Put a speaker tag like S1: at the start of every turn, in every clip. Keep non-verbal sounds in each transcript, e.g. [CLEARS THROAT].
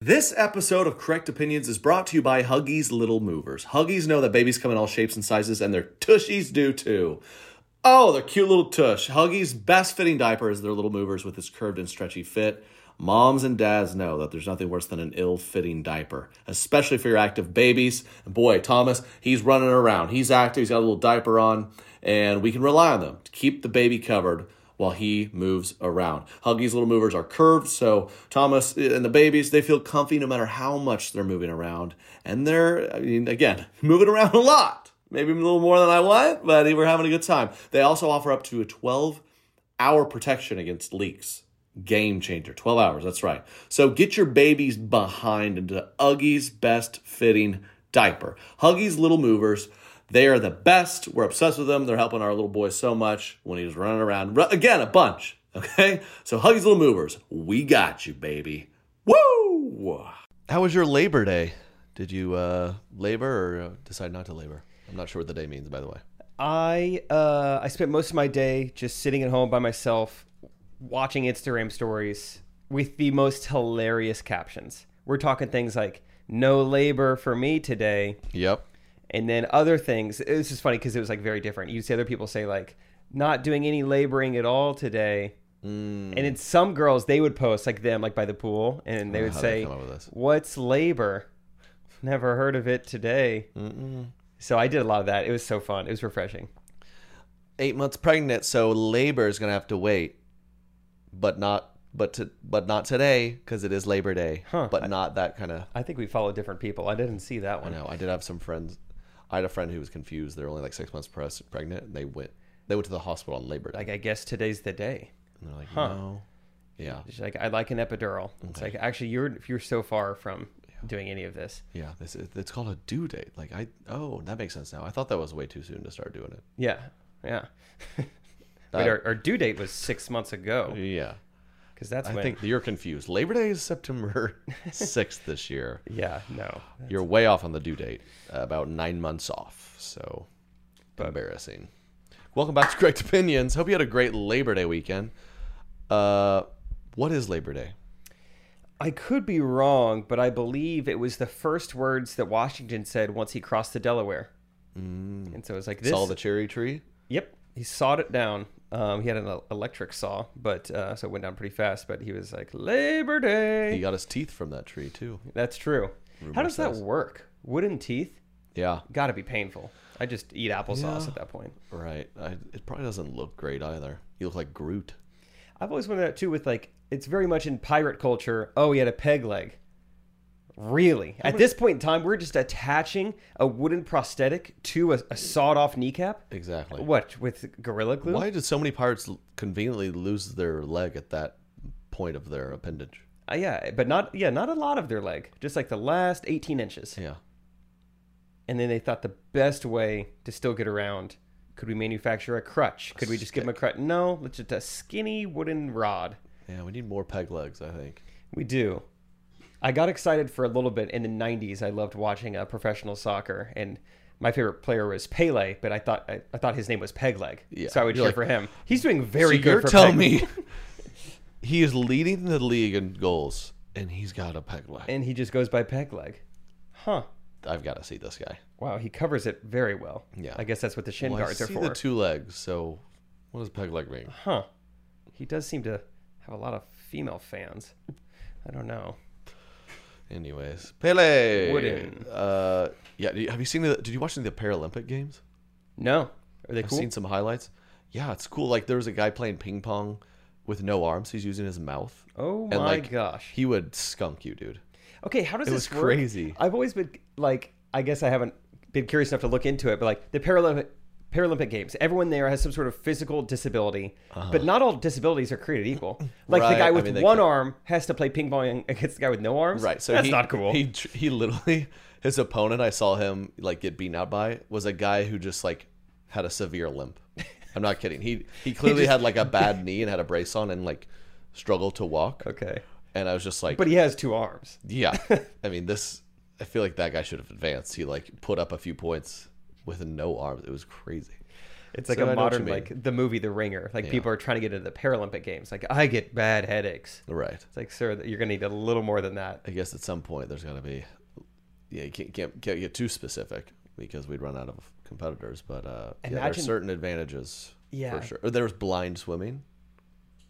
S1: This episode of Correct Opinions is brought to you by Huggies Little Movers. Huggies know that babies come in all shapes and sizes, and their tushies do too. Oh, their cute little tush. Huggies' best fitting diaper is their little movers with its curved and stretchy fit. Moms and dads know that there's nothing worse than an ill fitting diaper, especially for your active babies. And boy, Thomas, he's running around. He's active, he's got a little diaper on, and we can rely on them to keep the baby covered while he moves around. Huggies little movers are curved, so Thomas and the babies they feel comfy no matter how much they're moving around, and they're I mean again [LAUGHS] moving around a lot, maybe a little more than I want, but we're having a good time. They also offer up to a 12 hour protection against leaks. Game changer, 12 hours, that's right. So get your babies behind into Huggies' best fitting diaper. Huggies Little Movers. They are the best. We're obsessed with them. They're helping our little boy so much when he's running around. Ru- again, a bunch. Okay? So, Huggies Little Movers, we got you, baby. Woo! How was your Labor Day? Did you uh, labor or uh, decide not to labor? I'm not sure what the day means, by the way.
S2: I uh, I spent most of my day just sitting at home by myself, watching Instagram stories with the most hilarious captions. We're talking things like "no labor for me today,"
S1: Yep.
S2: and then other things. This is funny because it was like very different. You'd see other people say like "not doing any laboring at all today,"
S1: Mm.
S2: and then some girls they would post like them like by the pool, and they would
S1: how'd they
S2: say,
S1: come up with this?
S2: "What's labor? Never heard of it today." So I did a lot of that. It was so fun. It was refreshing.
S1: Eight months pregnant, so labor is going to have to wait, but not. But to, but not today because it is Labor Day.
S2: Huh.
S1: But not that kind of
S2: I think we follow different people. I didn't see that
S1: I
S2: one.
S1: know. I did have some friends. I had a friend who was confused. They're only like six months pres- pregnant, and they went. They went to the hospital on Labor Day.
S2: Like I guess today's the day.
S1: and they're like, no, yeah,
S2: She's like, I'd like an epidural. It's like actually you're you're so far from doing any of this.
S1: yeah. This is, it's called a due date. Like I, oh, that makes sense now. I thought that was way too soon to start doing it.
S2: Yeah. Yeah. [LAUGHS] Wait,
S1: That-
S2: our, our due date was six months ago
S1: Yeah,
S2: because that's
S1: I
S2: when.
S1: think you're confused. Labor Day is
S2: [LAUGHS]
S1: September sixth this year.
S2: yeah, no.
S1: You're way off on the due date. uh, About nine months off. So embarrassing. Welcome back to Correct Opinions. Hope you had a great Labor Day weekend. Uh, what is Labor Day?
S2: I could be wrong, but I believe it was the first words that Washington said once he crossed the Delaware. Mm. And so it's like this.
S1: Saw the cherry tree.
S2: Yep, he sawed it down. Um, he had an el- electric saw, but uh, so it went down pretty fast. But he was like Labor Day.
S1: He got his teeth from that tree too.
S2: That's true. How does that
S1: says.
S2: work? Wooden teeth?
S1: Yeah,
S2: Gotta be painful. I just eat applesauce
S1: Yeah.
S2: at that point.
S1: right. I, it probably doesn't look great either. You look like Groot.
S2: I've always wondered that too with like, it's very much in pirate culture. Oh, he had a peg leg. Really? At this point in time, we're just attaching a wooden prosthetic to a, a sawed off kneecap?
S1: Exactly.
S2: What, with Gorilla Glue?
S1: Why did so many pirates l- conveniently lose their leg at that point of their appendage?
S2: Uh, yeah, but not, yeah, not a lot of their leg. Just like the last 18 inches.
S1: Yeah.
S2: and then they thought the best way to still get around could we manufacture a crutch could we just give them a crutch no let's just a skinny wooden rod
S1: Yeah, we need more peg legs, I think.
S2: we do i got excited for a little bit in the 90s i loved watching uh, professional soccer and my favorite player was Pele, but I thought I, I thought his name was Pegleg,
S1: Yeah,
S2: so I would
S1: you're
S2: cheer
S1: like,
S2: for him. He's doing very
S1: so
S2: good.
S1: you're
S2: for
S1: telling
S2: Peg- [LAUGHS]
S1: me he is leading the league in goals and he's got a peg leg.
S2: and he just goes by Pegleg, huh?
S1: I've got to see this guy.
S2: Wow, he covers it very well.
S1: Yeah.
S2: I guess that's what the shin
S1: Well, I
S2: guards are
S1: see
S2: for,
S1: the two legs, so what does peg leg mean?
S2: huh? He does seem to have a lot of female fans. I don't know.
S1: Anyways, Pele.
S2: Wooden.
S1: Uh, yeah. do you- Have you seen? The, did you watch any of the Paralympic games?
S2: No. Are they
S1: I've
S2: cool?
S1: seen some highlights. Yeah, it's cool. Like there was a guy playing ping pong with no arms. He's using his mouth.
S2: oh my
S1: and, like,
S2: gosh.
S1: He would skunk you, dude.
S2: Okay, how does
S1: It
S2: this
S1: was
S2: work?
S1: crazy.
S2: I've always been like I guess I haven't been curious enough to look into it, but like the Paralympic Paralympic Games, everyone there has some sort of physical disability, but not all disabilities are created
S1: [LAUGHS]
S2: equal. Like
S1: Uh-huh. Right,
S2: the guy
S1: I
S2: with
S1: mean, they
S2: one
S1: could-
S2: arm has to play ping pong against the guy with no arms.
S1: Right. So
S2: that's
S1: he,
S2: not cool.
S1: He tr- he literally his opponent. I saw him like get beaten out by was a guy who just like had a severe limp. I'm not kidding.
S2: [LAUGHS]
S1: He he clearly had like a bad knee and had a brace on and like struggled to walk.
S2: okay,
S1: And I was just like,
S2: but he has two arms. [LAUGHS]
S1: Yeah. I mean, this, I feel like that guy should have advanced. He, like, put up a few points with no arms. It was crazy.
S2: It's like
S1: So I
S2: a
S1: know what you
S2: modern
S1: mean.
S2: like the movie The Ringer. Like people are trying to get into the Paralympic games. Like I get bad headaches.
S1: Right.
S2: It's like, sir, you're gonna need a little more than that.
S1: I guess at some point there's got to be. Yeah, you can't, can't can't get too specific because we'd run out of competitors. But uh, yeah,
S2: Imagine-
S1: there's certain advantages.
S2: Yeah.
S1: for sure. Or there's blind swimming.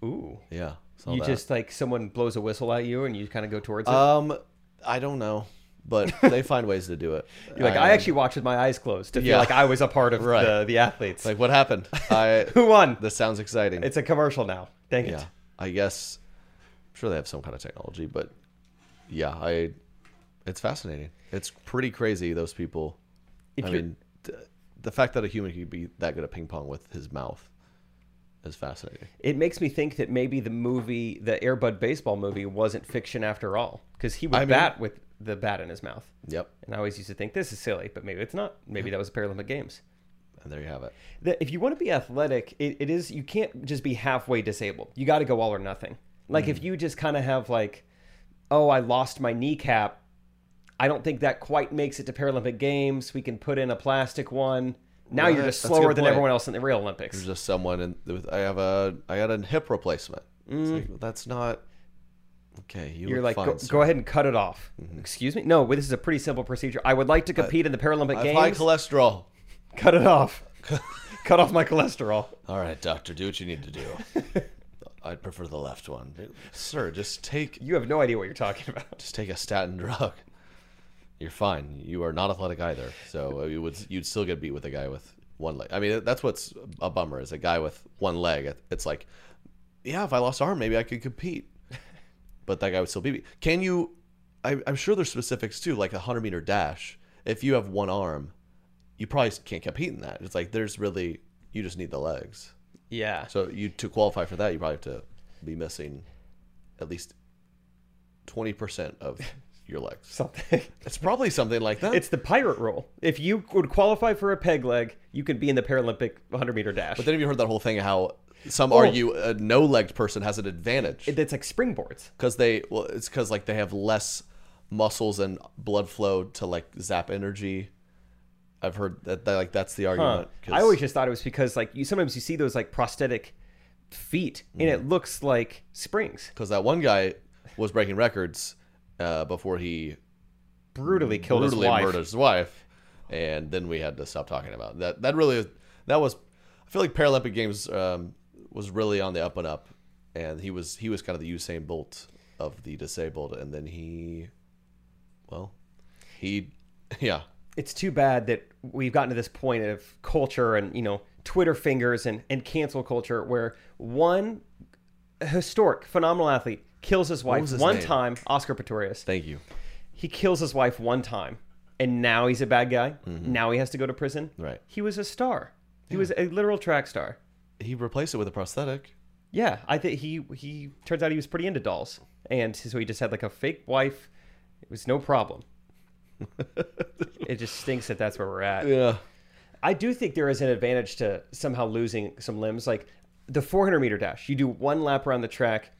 S2: Ooh.
S1: Yeah, saw
S2: You
S1: that.
S2: just like someone blows a whistle at you and you kind of go towards it.
S1: um, I don't know, but
S2: [LAUGHS]
S1: they find ways to do it.
S2: You're like, I, actually watched with my eyes closed to feel
S1: Yeah.
S2: like I was a part of
S1: Right.
S2: the, the athletes.
S1: like what
S2: [LAUGHS]
S1: happened. I
S2: Who won?
S1: this sounds exciting.
S2: It's a commercial now. Dang it.
S1: yeah, I guess. I'm sure they have some kind of technology, but yeah, I. It's fascinating. It's pretty crazy. Those people.
S2: If
S1: I
S2: you're-
S1: mean, th- the fact that a human could be that good at ping pong with his mouth is fascinating.
S2: It makes me think that maybe the movie, the Airbud baseball movie, wasn't fiction after all because he would
S1: I mean-
S2: bat with the bat in his mouth.
S1: Yep,
S2: And I always used to think this is silly, but maybe it's not. Maybe that was Paralympic Games.
S1: and there you have it.
S2: that if you want to be athletic, it, it is you can't just be halfway disabled. You got to go all or nothing. Like
S1: Mm.
S2: if you just kind of have like, oh, I lost my kneecap. I don't think that quite makes it to Paralympic Games. We can put in a plastic one. Now
S1: Right,
S2: you're just
S1: that's a
S2: slower
S1: good
S2: than
S1: point.
S2: everyone else in the real Olympics.
S1: There's just someone, and I have a, I got a hip replacement. It's like, well, that's not okay. You
S2: Mm. you're
S1: look
S2: like,
S1: fine,
S2: go,
S1: sir. Mm-hmm.
S2: go ahead and cut it off. Excuse me? No, this is a pretty simple procedure. I would like to compete in the Paralympic
S1: I have high
S2: Games.
S1: cholesterol.
S2: cut it off.
S1: [LAUGHS]
S2: cut off my cholesterol.
S1: All right, doctor, do what you need to do.
S2: [LAUGHS]
S1: I'd prefer the left one, sir. Just take,
S2: You have no idea what you're talking
S1: [LAUGHS]
S2: about.
S1: just take a statin drug. You're fine. You are not athletic either, so uh, you would, you'd still get beat with a guy with one leg. I mean, that's what's a bummer is a guy with one leg. It's like, yeah, if I lost arm, maybe I could compete, [LAUGHS] but that guy would still beat me. Can you? I, I'm sure there's specifics too, like a hundred meter dash. If you have one arm, you probably can't compete in that. It's like there's really you just need the legs.
S2: Yeah.
S1: So you to qualify for that, you probably have to be missing at least twenty percent
S2: [LAUGHS]
S1: of your legs.
S2: Something.
S1: It's probably something like that.
S2: It's the pirate rule. If you would qualify for a peg leg, you could be in the Paralympic 100 meter dash.
S1: but then have you heard that whole thing of how some
S2: Oh.
S1: argue a no-legged person has an advantage
S2: That's like springboards.
S1: because they well, it's because like they have less muscles and blood flow to like zap energy. I've heard that, that like that's the
S2: Huh.
S1: argument. 'cause-
S2: I always just thought it was because like you sometimes you see those like prosthetic feet and
S1: Mm.
S2: it looks like springs.
S1: because that one guy was breaking records uh, before he
S2: Brutally killed
S1: brutally
S2: his wife.
S1: murdered his wife, and then we had to stop talking about it. that. That really, that was. I feel like Paralympic Games um, was really on the up and up, and he was he was kind of the Usain Bolt of the disabled, and then he, well, he, [LAUGHS] yeah,
S2: It's too bad that we've gotten to this point of culture and you know Twitter fingers and and cancel culture where one historic phenomenal athlete kills his wife
S1: was his
S2: one
S1: name?
S2: time, Oscar Pistorius.
S1: thank you,
S2: he kills his wife one time and now he's a bad guy now he has to go to prison
S1: Right.
S2: he was a star he was a literal track star
S1: he replaced it with a prosthetic.
S2: yeah i think he he turns out he was pretty into dolls and so he just had like a fake wife it was no problem it just stinks that that's where we're at
S1: Yeah,
S2: i do think there is an advantage to somehow losing some limbs like the 400 meter dash you do one lap around the track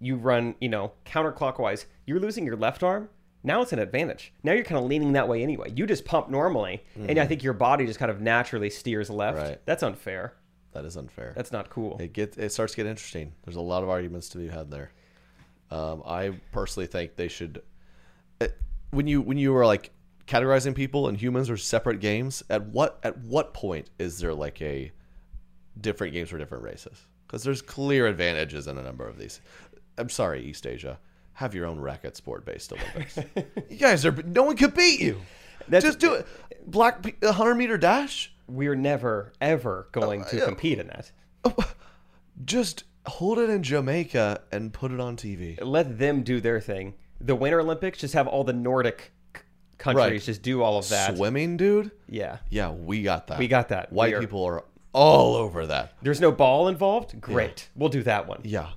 S2: you run you know counterclockwise you're losing your left arm now it's an advantage now you're kind of leaning that way anyway you just pump normally and i think your body just kind of naturally steers left
S1: Mm-hmm. Right.
S2: that's unfair
S1: that is unfair.
S2: that's not cool
S1: it gets it starts to get interesting. There's a lot of arguments to be had there. Um, I personally think they should eh, when you when you are like categorizing people and humans are separate games. At what at what point is there like a different games for different races? Because there's clear advantages in a number of these. I'm sorry, East Asia. Have your own racket sport based Olympics. you guys are no one could beat you.
S2: That's-
S1: Just do it. Black pe- 100 meter dash.
S2: we're never ever going
S1: Oh,
S2: to compete in that
S1: Just hold it in Jamaica and put it on TV.
S2: let them do their thing the winter olympics just have all the nordic c- countries
S1: Right.
S2: just do all of that
S1: Swimming, dude?
S2: yeah
S1: Yeah, we got that.
S2: We got that.
S1: White
S2: We are-
S1: people are all over that.
S2: there's no ball involved great we'll do that one
S1: Yeah.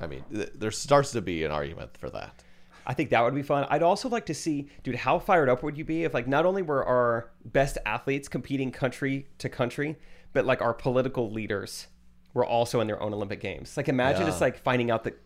S1: I mean, th- there starts to be an argument for that.
S2: I think that would be fun. I'd also like to see, dude, how fired up would you be if like not only were our best athletes competing country to country, but like our political leaders were also in their own Olympic games. Like imagine
S1: Yeah.
S2: it's like finding out that,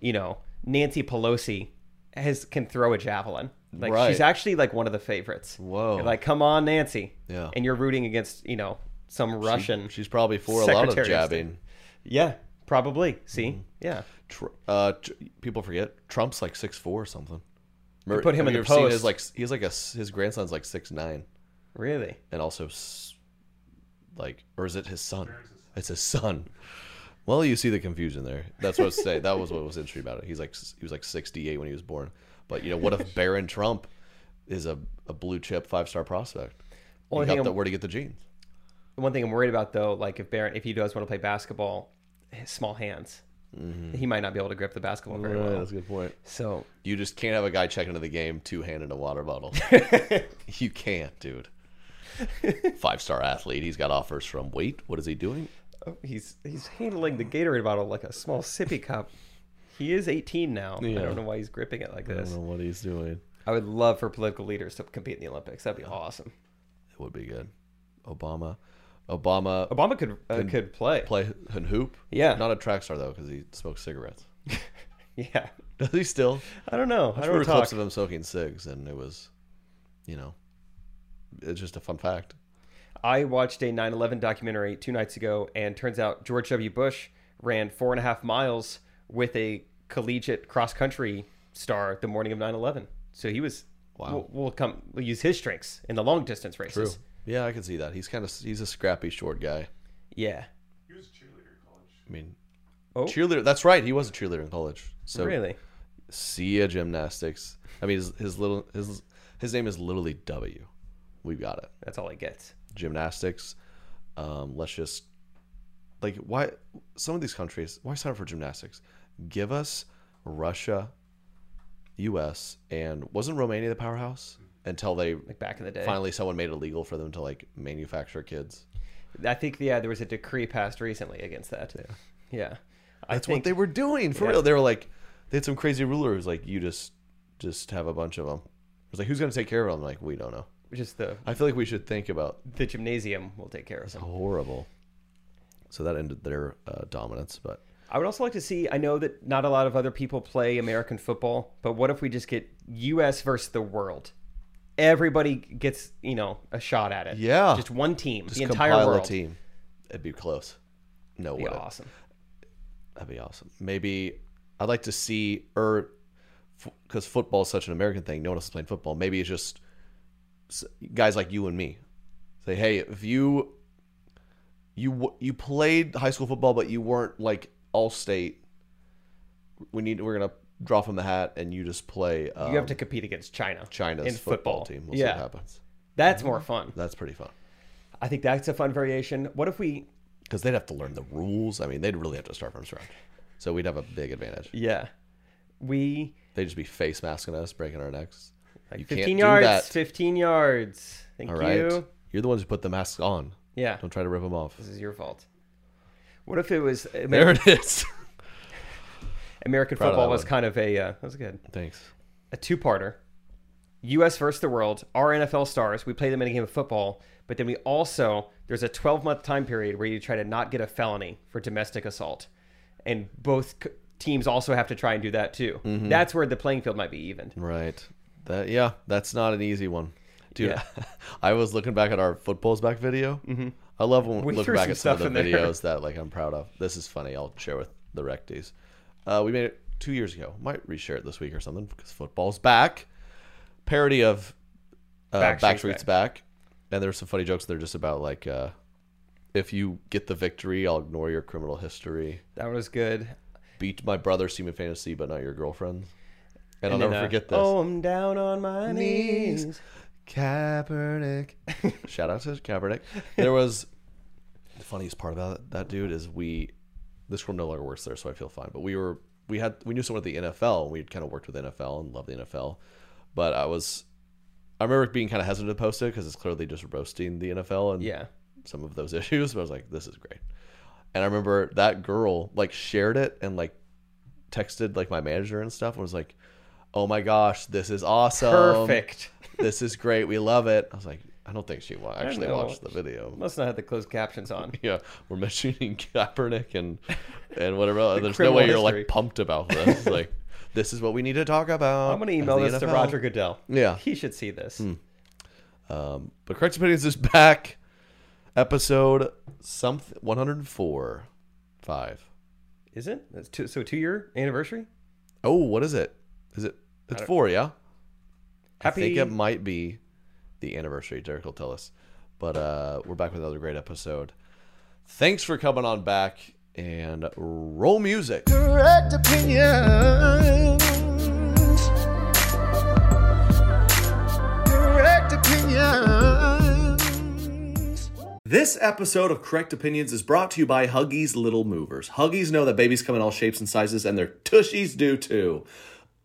S2: you know, Nancy Pelosi has can throw a javelin. Like
S1: Right.
S2: she's actually like one of the favorites.
S1: Whoa.
S2: You're like, come on, Nancy.
S1: Yeah.
S2: And you're rooting against, you know, some Russian.
S1: She's probably for a lot of
S2: Secretary of State.
S1: jabbing.
S2: yeah, probably. See,
S1: Mm-hmm.
S2: yeah.
S1: Tr- uh, tr- people forget Trump's like six four or something. Mer-
S2: put him
S1: have
S2: in
S1: you
S2: the
S1: ever seen
S2: post.
S1: His, like s- he's like a s- his grandson's like six nine,
S2: Really?
S1: and also s- like or is it his son? It's his son. Well, you see the confusion there. That's what I was saying. That was what was interesting about it. He's like s- he was like sixty eight when he was born, but you know what [LAUGHS] if Baron Trump is a, a blue chip five star prospect?
S2: Only
S1: You
S2: thing
S1: got
S2: I'm-
S1: the, where to get the genes?
S2: One thing I'm worried about though, like if Barrett, if he does want to play basketball, his small hands,
S1: Mm-hmm.
S2: he might not be able to grip the basketball very well.
S1: a good point.
S2: So
S1: You just can't have a guy checking into the game two handed a water [LAUGHS] bottle. you can't, dude. Five star athlete. He's got offers from wait, what is he doing?
S2: oh, he's he's handling the Gatorade bottle like a small sippy cup. He is 18 now. I
S1: Yeah.
S2: don't know why he's gripping it like
S1: I
S2: this.
S1: don't know what he's doing.
S2: I would love for political leaders to compete in the Olympics. That'd be awesome.
S1: It would be good. Obama. Obama
S2: Obama could uh, could play.
S1: play and hoop.
S2: Yeah.
S1: Not a track star though, because he smokes cigarettes. [LAUGHS]
S2: [LAUGHS] Yeah.
S1: Does he still?
S2: I don't know. I
S1: There were
S2: don't talk.
S1: clips of him smoking cigs, and it was, you know, it's just a fun fact.
S2: I watched a 9 11 documentary two nights ago, and turns out George W. Bush ran four and a half miles with a collegiate cross country star the morning of 9 11. So he was,
S1: Wow.
S2: we'll, we'll come, we'll use his strengths in the long distance races.
S1: Yeah, I can see that. He's kind of he's a scrappy, short guy.
S2: Yeah.
S3: He was a cheerleader in college.
S1: I mean,
S2: Oh.
S1: cheerleader. That's right. He was a cheerleader in college. So
S2: really?
S1: see a gymnastics. I mean, his, his little his his name is literally W. We got it.
S2: That's all it gets.
S1: Gymnastics. Um, let's just like why some of these countries why sign up for gymnastics? Give us Russia, U.S. and wasn't Romania the powerhouse until they
S2: Like back in the day.
S1: finally someone made it legal for them to like manufacture kids.
S2: I think, yeah, there was a decree passed recently against that. Yeah. I
S1: That's
S2: think,
S1: what they were doing for
S2: Yeah.
S1: real. They were like, they had some crazy ruler who's like, you just just have a bunch of them. It was like, who's gonna take care of them? Like, we don't know.
S2: just the,
S1: I feel like we should think about
S2: the gymnasium will take care of them.
S1: horrible. So that ended their uh, dominance, but
S2: I would also like to see. I know that not a lot of other people play American football, but what if we just get U.S. versus the world? Everybody gets you know a shot at it.
S1: Yeah.
S2: just one team,
S1: just
S2: the entire
S1: compile
S2: world.
S1: a team. It'd be close. No
S2: Be
S1: way.
S2: awesome.
S1: That'd be awesome. Maybe I'd like to see, or because football is such an American thing, no one else is playing football. Maybe it's just s- guys like you and me say, hey, if you you w- you played high school football, but you weren't like all state, we need we're gonna draw from the hat, and you just play. Um,
S2: You have to compete against China.
S1: China's
S2: in
S1: football,
S2: football,
S1: team. We'll see
S2: yeah,
S1: what happens.
S2: that's more fun.
S1: That's pretty fun
S2: I think that's a fun variation. What if we?
S1: because they'd have to learn the rules. I mean, they'd really have to start from scratch. So we'd have a big advantage.
S2: Yeah, we
S1: They'd just be face masking us, breaking our necks.
S2: like
S1: you
S2: 15
S1: can't
S2: yards.
S1: do that.
S2: Fifteen yards. Thank
S1: All right,
S2: you.
S1: you're the ones who put the masks on.
S2: Yeah,
S1: Don't try to rip them off.
S2: this is your fault. What if it was
S1: There
S2: American,
S1: it is.
S2: American
S1: of
S2: football
S1: that
S2: was
S1: one.
S2: kind of a uh, that was good.
S1: Thanks.
S2: a two-parter. U.S. versus the world. Our NFL stars. We play them in a game of football, but then we also there's a 12-month time period where you try to not get a felony for domestic assault, and both c- teams also have to try and do that too.
S1: Mm-hmm.
S2: That's where the playing field might be evened.
S1: Right. That yeah, that's not an easy one, dude.
S2: Yeah.
S1: [LAUGHS] I was looking back at our footballs back video. Mm-hmm. I love when
S2: We
S1: we look
S2: threw
S1: back
S2: some
S1: at some of
S2: stuff
S1: the
S2: in there.
S1: videos that like I'm proud of. This is funny. I'll share with the recties. Uh, we made it two years ago. Might reshare it this week or something because football's back. Parody of uh,
S2: Backstreet's
S1: Backstreet's back. and there's some funny jokes. They're just about like, uh, if you get the victory, I'll ignore your criminal history.
S2: That was good.
S1: Beat my brother's team in fantasy, but not your girlfriend. And, I'll
S2: then,
S1: never
S2: uh,
S1: forget this.
S2: Oh, I'm down on my
S1: Knees.
S2: knees.
S1: Kaepernick. [LAUGHS] Shout out to Kaepernick. There was the funniest part about that dude is we this room no longer works there, so I feel fine. But we were we had we knew someone at the NFL and we had kind of worked with NFL and loved the NFL. But I was I remember being kind of hesitant to post it because it's clearly just roasting the NFL and
S2: Yeah.
S1: some of those [LAUGHS] issues. But I was like, this is great. And I remember that girl like shared it and like texted like my manager and stuff and was like, Oh my gosh, this is awesome
S2: Perfect. [LAUGHS]
S1: this is great. We love it. I was like, I don't think she wa- actually
S2: know.
S1: watched the video.
S2: Must not have the closed captions on.
S1: Yeah, we're mentioning [LAUGHS] Kaepernick and and whatever. Else. There's no
S2: criminal
S1: way you're
S2: history.
S1: like pumped about
S2: [LAUGHS]
S1: this. like, this is what we need to talk about.
S2: I'm gonna email
S1: as
S2: this
S1: the
S2: to
S1: NFL.
S2: Roger Goodell.
S1: Yeah.
S2: He should see this.
S1: Um, but correct opinions is back. episode something 104 5
S2: Is it? That's two, so two year anniversary.
S1: oh what is it is it it's four yeah
S2: Happy.
S1: i think it might be the anniversary derek will tell us but uh we're back with another great episode thanks for coming on back and roll music
S4: correct opinions. Correct opinions.
S1: This episode of Correct Opinions is brought to you by Huggies Little Movers. Huggies know that babies come in all shapes and sizes, and their tushies do too.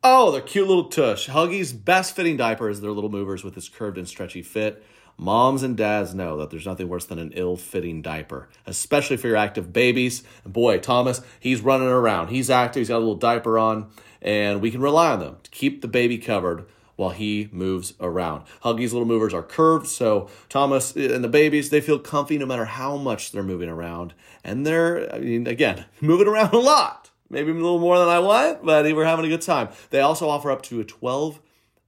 S1: Oh, their cute little tush. Huggies' best fitting diaper is their little movers with its curved and stretchy fit. Moms and dads know that there's nothing worse than an ill fitting diaper, especially for your active babies. And boy, Thomas, he's running around. He's active, he's got a little diaper on, and we can rely on them to keep the baby covered while he moves around. Huggies little movers are curved, so Thomas and the babies they feel comfy no matter how much they're moving around, and they're I mean again [LAUGHS] moving around a lot, maybe a little more than I want, but we're having a good time. They also offer up to a twelve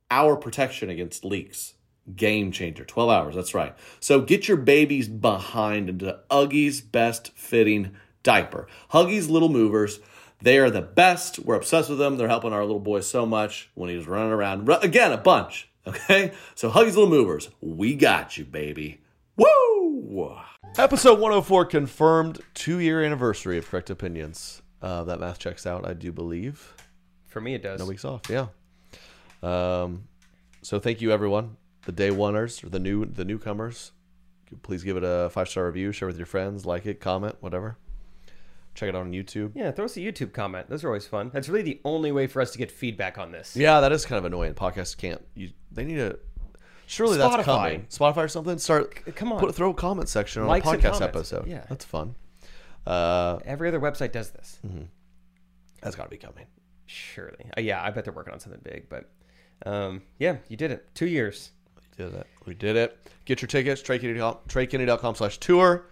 S1: hour protection against leaks. Game changer. 12 hours, that's right. So get your babies behind into Huggies' best fitting diaper. Huggies Little Movers, they are the best. We're obsessed with them. They're helping our little boy so much when he's running around. Ru- again, a bunch, okay? So Huggies Little Movers, we got you, baby. Woo! Episode 104 confirmed two year anniversary of Correct Opinions. Uh, that math checks out, I do believe
S2: For me, it does.
S1: no weeks off. Yeah. Um, so thank you everyone, the day oneers or the new the newcomers. Please give it a five star review, share with your friends, like it, comment, whatever. Check it out on YouTube.
S2: Yeah, throw us a YouTube comment. Those are always fun. That's really the only way for us to get feedback on this.
S1: Yeah, that is kind of annoying. Podcasts can't. You, they need to. Surely
S2: Spotify.
S1: that's coming. Spotify or something. Start.
S2: come on.
S1: Put throw a comment section on
S2: Likes
S1: a
S2: and
S1: podcast
S2: comments.
S1: episode.
S2: Yeah.
S1: that's fun. Uh,
S2: Every other website does this.
S1: Mm-hmm. that's got to be coming.
S2: Surely. Uh, yeah, I bet they're working on something big, but um, yeah, you did it. Two years.
S1: did it. We did it. Get your tickets, TreyKennedy.com slash tour.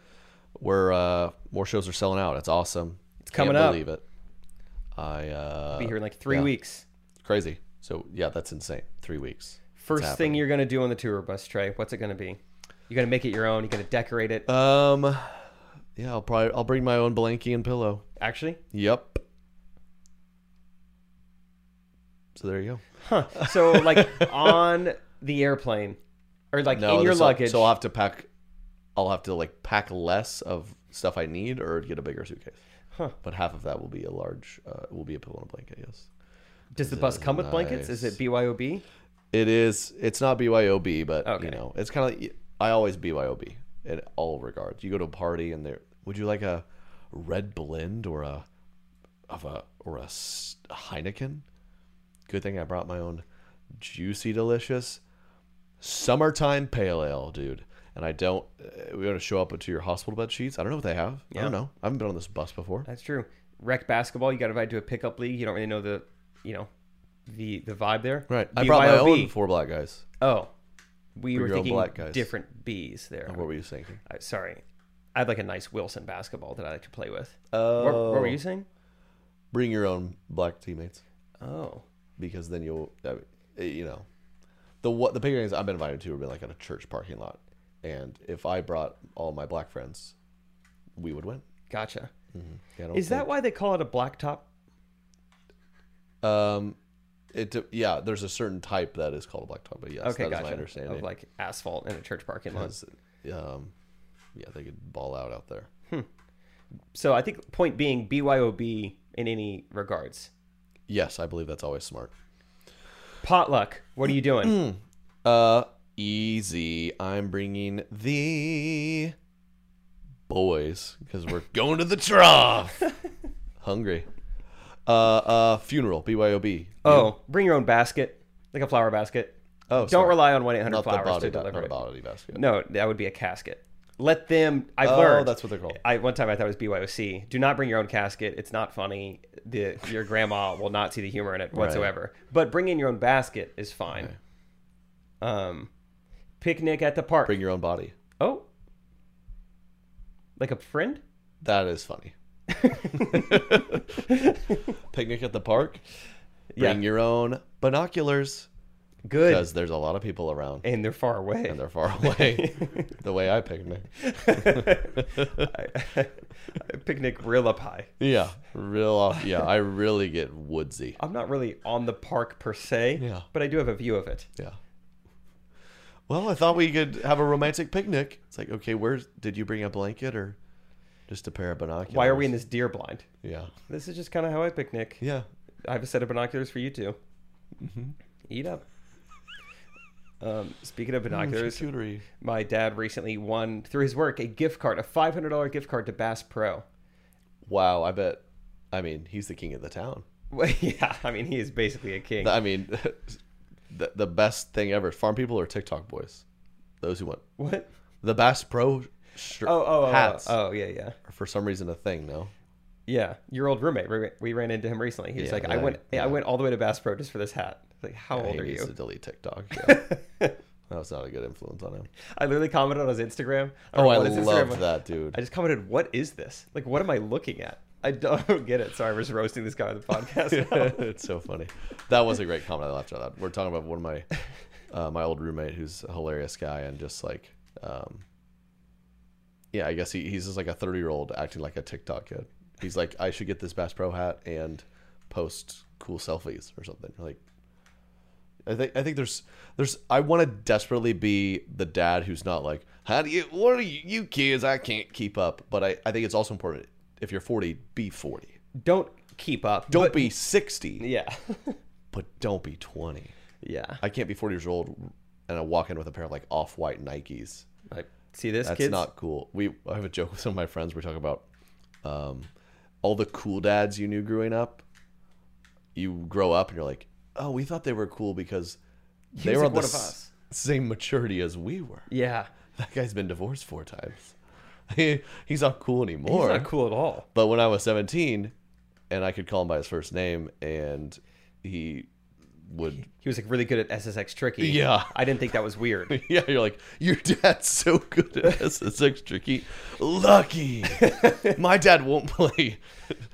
S1: Where uh, more shows are selling out. It's awesome. It's
S2: coming up.
S1: believe it. I uh,
S2: Be here in like three
S1: yeah.
S2: weeks.
S1: Crazy. So yeah, that's insane. Three weeks.
S2: First thing you're gonna do on the tour bus, Trey. What's it gonna be? You're gonna make it your own. You're gonna decorate it.
S1: Um, yeah, I'll probably I'll bring my own blankie and pillow.
S2: Actually,
S1: Yep. So there you go.
S2: so like
S1: [LAUGHS]
S2: on the airplane, or like in your
S1: this will-
S2: luggage.
S1: So I'll have to pack. I'll have to like pack less of stuff I need, or get a bigger suitcase. But half of that will be a large. Uh, will be a pillow and a blanket. Yes.
S2: does the bus come with blankets? Is it BYOB?
S1: It is. It's not BYOB, but
S2: Okay.
S1: you know, it's kind of. I always BYOB in all regards. You go to a party and there. Would you like a red blend or a of a or a s- Heineken? Good thing I brought my own juicy, delicious summertime pale ale, dude. And I don't. uh, We want to show up to your hospital bed sheets. I don't know what they have. I don't know. I haven't been on this bus before.
S2: That's true. Rec basketball. You got invited to a pickup league. You don't really know the, you know, the the vibe there.
S1: Right. I brought my
S2: BYOB.
S1: own four black guys.
S2: Oh, we were
S1: your own
S2: thinking
S1: black guys. Oh.
S2: different B's there.
S1: What were you thinking?
S2: I, sorry, I have like a nice Wilson basketball that I like to play with. Oh, what, what were you saying?
S1: Bring your own black teammates.
S2: Oh,
S1: because then you'll I mean, eh, you know the what the picnics I've been invited to have been like at a church parking lot, and if I brought all my black friends, we would win.
S2: gotcha.
S1: I don't
S2: Is that why they call it a blacktop?
S1: that um it de- yeah? There's a certain type that is called a black top, but yes,
S2: Okay,
S1: that is
S2: gotcha.
S1: my understanding.
S2: Of like asphalt in a church parking
S1: [LAUGHS]
S2: lot.
S1: 'Cause, um, yeah, they could ball out out there.
S2: So I think point being BYOB in any regards.
S1: Yes, I believe that's always smart.
S2: Potluck. What are you doing?
S1: Uh, easy. I'm bringing the boys because we're going to the
S2: [LAUGHS]
S1: trough. Hungry. Uh, uh, funeral. BYOB.
S2: oh, bring your own basket, like a flower basket.
S1: Oh,
S2: Don't rely on one eight hundred
S1: Not the
S2: flowers to
S1: body, not
S2: deliver
S1: the
S2: it.
S1: body basket.
S2: No, that would be a casket. Let them. I've
S1: Oh,
S2: learned.
S1: that's what they're called.
S2: I one time I thought it was BYOC. Do not bring your own casket. It's not funny. The your
S1: [LAUGHS]
S2: grandma will not see the humor in it whatsoever. But bring in your own basket is fine. Um, picnic at the park.
S1: Bring your own body.
S2: oh, like a
S1: [LAUGHS]
S2: friend.
S1: That is funny. Picnic at the park. Bring
S2: yeah.
S1: your own binoculars.
S2: Good.
S1: because there's a lot of people
S2: [LAUGHS]
S1: around
S2: And they're far away.
S1: and they're [LAUGHS] far
S2: [LAUGHS]
S1: away. the way I picnic.
S2: I, [LAUGHS] I picnic real up high.
S1: Yeah, real off. Yeah, I really get woodsy.
S2: I'm not really on the park per se,
S1: Yeah.
S2: but I do have a view of it.
S1: Yeah. Well, I thought we could have a romantic picnic. It's like, okay, where did you bring a blanket or just a pair of binoculars?
S2: Why are we in this deer blind?
S1: Yeah.
S2: This is just kind of how I picnic.
S1: Yeah. Mm-hmm.
S2: I have a set of binoculars for you too. Eat up. Um, speaking
S1: Mm-hmm.
S2: of binoculars,
S1: Charcuterie.
S2: my dad recently won through his work a gift card, a five hundred dollar gift card to Bass Pro. [LAUGHS]
S1: Wow, I bet. I mean, he's the king of the town.
S2: Well, yeah, I mean he is basically a king.
S1: I mean, [LAUGHS] the, the best thing ever. Farm people or TikTok boys? Those who want
S2: what?
S1: the Bass Pro sh-
S2: Oh, oh, oh,
S1: hats
S2: oh, oh, yeah, yeah,
S1: are for some reason a thing. No.
S2: yeah. Your old roommate. We, we ran into him recently. He was
S1: Yeah,
S2: like,
S1: but
S2: "I
S1: I-
S2: went,
S1: yeah.
S2: I went all the way to Bass Pro just for this hat." Like, how old
S1: he
S2: are
S1: needs to
S2: you?
S1: delete TikTok.
S2: [LAUGHS]
S1: Yeah. that was not a good influence on him.
S2: I literally commented on his Instagram.
S1: Oh,
S2: don't
S1: I
S2: know what his
S1: love
S2: was.
S1: that dude.
S2: I just commented, "What is this? Like, what am I looking at? I don't [LAUGHS] get it." Sorry, I was roasting this guy on the
S1: [LAUGHS]
S2: podcast. now.
S1: it's so funny. That was a great comment I left out. We're talking about one of my uh, my old roommate who's a hilarious guy and just like um, yeah, I guess he, he's just like a 30 year old acting like a TikTok kid. He's like, I should get this Bass Pro hat and post cool selfies or something. You're Like, I think I think there's there's I want to desperately be the dad who's not like, how do you what are you, you kids? I can't keep up. But I, I think it's also important if you're 40, be 40.
S2: don't keep up.
S1: Don't
S2: but-
S1: be 60
S2: Yeah, [LAUGHS]
S1: but don't be 20.
S2: yeah.
S1: I can't be 40 years old and I walk in with a pair of like off white Nikes.
S2: Like, see this,
S1: That's
S2: kids.
S1: not cool. We I have a joke with some of my friends. We're talking about um, all the cool dads you knew growing up. You grow up and you're like, oh, we thought they were cool because they
S2: was
S1: were
S2: like
S1: on
S2: one
S1: the
S2: of
S1: s- same maturity as we were. [LAUGHS]
S2: yeah,
S1: That guy's been divorced four times. [LAUGHS] He, he's not cool anymore.
S2: he's not cool at all.
S1: But when I was 17, and I could call him by his first name, and he would
S2: He was like really good at SSX tricky.
S1: Yeah.
S2: I didn't think that
S1: [LAUGHS]
S2: was weird.
S1: Yeah, you're like, your dad's so good at SSX tricky. [LAUGHS] Lucky. My dad won't play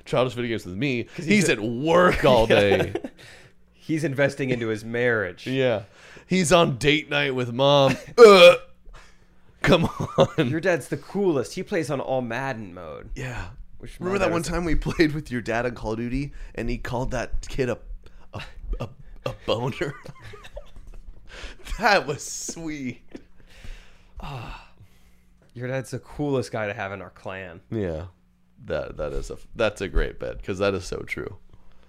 S1: childish video games with me. He's, at work [LAUGHS] all day.
S2: He's investing into his marriage.
S1: yeah. He's on date night with [LAUGHS] mom. Ugh. Come on.
S2: Your dad's the coolest. He plays on all Madden mode.
S1: Yeah.
S2: Which
S1: Remember
S2: my
S1: that
S2: dad
S1: one
S2: was-
S1: time we played with your dad on Call of Duty and he called that kid a a, a, a boner? [LAUGHS] that was sweet.
S2: Your dad's the coolest guy to have in our clan.
S1: Yeah. That that is a that's a great bit because that is so true.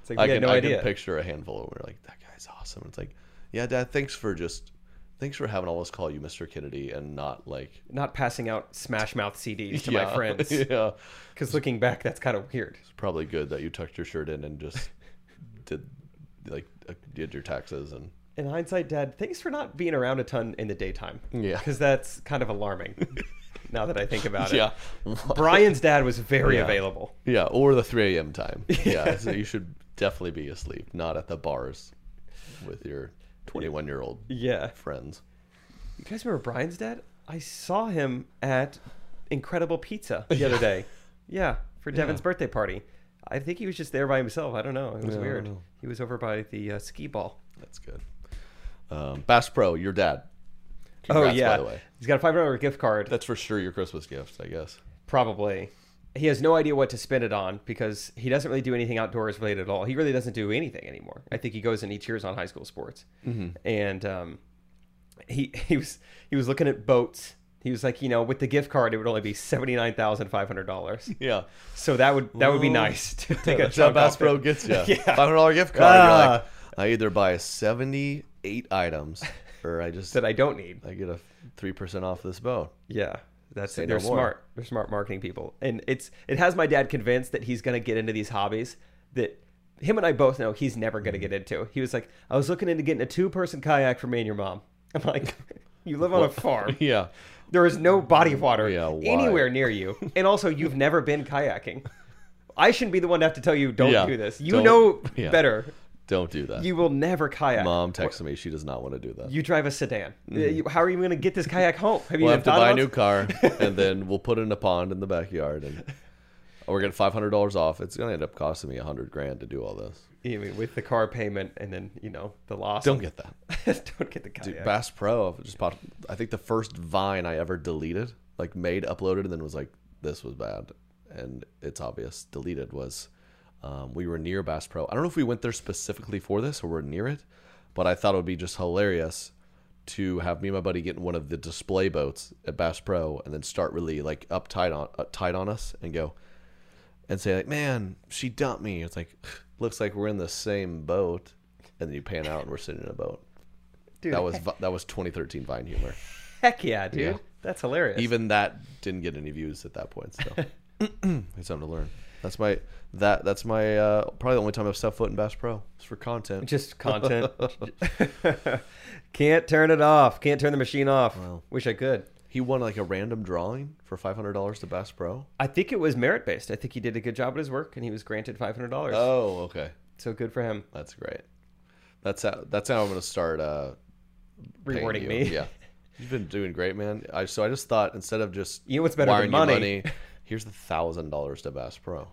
S2: It's like we
S1: I
S2: had
S1: can,
S2: no
S1: I
S2: idea.
S1: can picture a handful of them. We're like, that guy's awesome. It's like, yeah, Dad, thanks for just, thanks for having all us call you Mr. Kennedy and not like
S2: Not passing out Smash Mouth CDs [LAUGHS] to my
S1: Yeah. [LAUGHS]
S2: friends.
S1: yeah,
S2: Because looking back, that's kind of weird.
S1: it's probably good that you tucked your shirt in and
S2: [LAUGHS]
S1: just did like uh, did your taxes and
S2: In hindsight, Dad, thanks for not being around a ton in the daytime.
S1: Yeah.
S2: Because that's kind of alarming
S1: [LAUGHS]
S2: now that I think about it.
S1: yeah,
S2: Brian's dad was very
S1: Yeah.
S2: available.
S1: [LAUGHS] yeah, or the 3 a.m.
S2: [LAUGHS]
S1: time. Yeah, so you should definitely be asleep, not at the bars with your 21 year old
S2: Yeah.
S1: friends.
S2: You guys remember Brian's dad? I saw him at Incredible Pizza
S1: [LAUGHS]
S2: the other day. Yeah, for Devin's birthday party. I think he was just there by himself. I don't know. It
S1: Yeah,
S2: was
S1: I
S2: weird.
S1: don't know.
S2: He was over by the uh, ski ball.
S1: That's good. Um, Bass Pro, your dad.
S2: oh
S1: Congrats, by
S2: yeah,
S1: the way.
S2: he's got a five dollar gift card.
S1: That's for sure your Christmas gift, I guess.
S2: Probably. He has no idea what to spend it on because he doesn't really do anything outdoors related at all. He really doesn't do anything anymore. I think he goes and he cheers on high school sports.
S1: Mm-hmm.
S2: And um, he [LAUGHS] he was he was looking at boats. He was like, you know, with the gift card, it would only be seventy nine thousand five hundred dollars.
S1: Yeah.
S2: So that would that would be
S1: Well, [LAUGHS]
S2: nice to take a
S1: That's how
S2: chunk
S1: Bass
S2: off.
S1: Pro
S2: it.
S1: gets you.
S2: [LAUGHS] Yeah.
S1: Five hundred dollar gift card.
S2: Ah.
S1: You're like, I either buy seventy eight
S2: [LAUGHS]
S1: items, or I just
S2: that I don't need.
S1: I get a three percent off this bow.
S2: Yeah, that's
S1: Say
S2: they're
S1: no more.
S2: smart. They're smart marketing people, and it's it has my dad convinced that he's gonna get into these hobbies that him and I both know he's never gonna get
S1: Mm-hmm.
S2: into. He was like, I was looking into getting a two person kayak for me and your mom. [LAUGHS] I'm like, you live on a farm.
S1: Yeah.
S2: There
S1: [LAUGHS]
S2: is no body of water
S1: Yeah, why?
S2: anywhere near you, and also you've never been kayaking. I shouldn't be the one to have to tell you don't
S1: Yeah,
S2: do this. You
S1: don't-
S2: know
S1: [LAUGHS] yeah.
S2: better.
S1: Don't do that.
S2: You will never kayak.
S1: Mom texted me. She does not want to do that.
S2: You drive a sedan. You- How are you going to get this kayak home? Have you
S1: we'll have
S2: even
S1: to
S2: [LAUGHS] thought
S1: buy a
S2: about- [LAUGHS]
S1: new car, and then we'll put it in a pond in the backyard. And we're getting five hundred dollars off. It's gonna end up costing me a hundred grand to do all this.
S2: I mean, with the car payment and then you know the loss.
S1: Don't get that.
S2: [LAUGHS] don't get the kayak.
S1: Dude, Bass Pro I've just popped. I think the first Vine I ever deleted, like made, uploaded, and then was like, "This was bad," and it's obvious. Deleted was. Um, we were near Bass Pro. I don't know if we went there specifically for this or we're near it, but I thought it would be just hilarious to have me and my buddy get in one of the display boats at Bass Pro and then start really like uptight on uh, tight on us and go and say like, "Man, she dumped me." It's like [SIGHS] looks like we're in the same boat, and then you pan out and we're sitting in a boat.
S2: Dude,
S1: That was that was 2013 Vine humor.
S2: heck yeah, dude.
S1: Yeah.
S2: That's hilarious.
S1: Even that didn't get any views at that point. So
S2: [LAUGHS]
S1: [CLEARS THROAT] it's something to learn. That's my that that's my uh, probably the only time I've stepped foot in Bass Pro. It's for content. [LAUGHS]
S2: just content. [LAUGHS] Can't turn it off. Can't turn the machine off. Wish I could.
S1: He won like a random drawing for five hundred dollars to Bass Pro.
S2: I think it was merit based. I think he did a good job at his work, and he was granted five hundred dollars.
S1: Oh, okay,
S2: so good for him.
S1: that's great. That's how that's how I'm gonna start. Uh, paying
S2: Rewarding
S1: you.
S2: me.
S1: Yeah, you've been doing great, man. I so I just thought instead of just
S2: You know what's better than
S1: wiring you
S2: money?
S1: here's the thousand dollars to Bass Pro.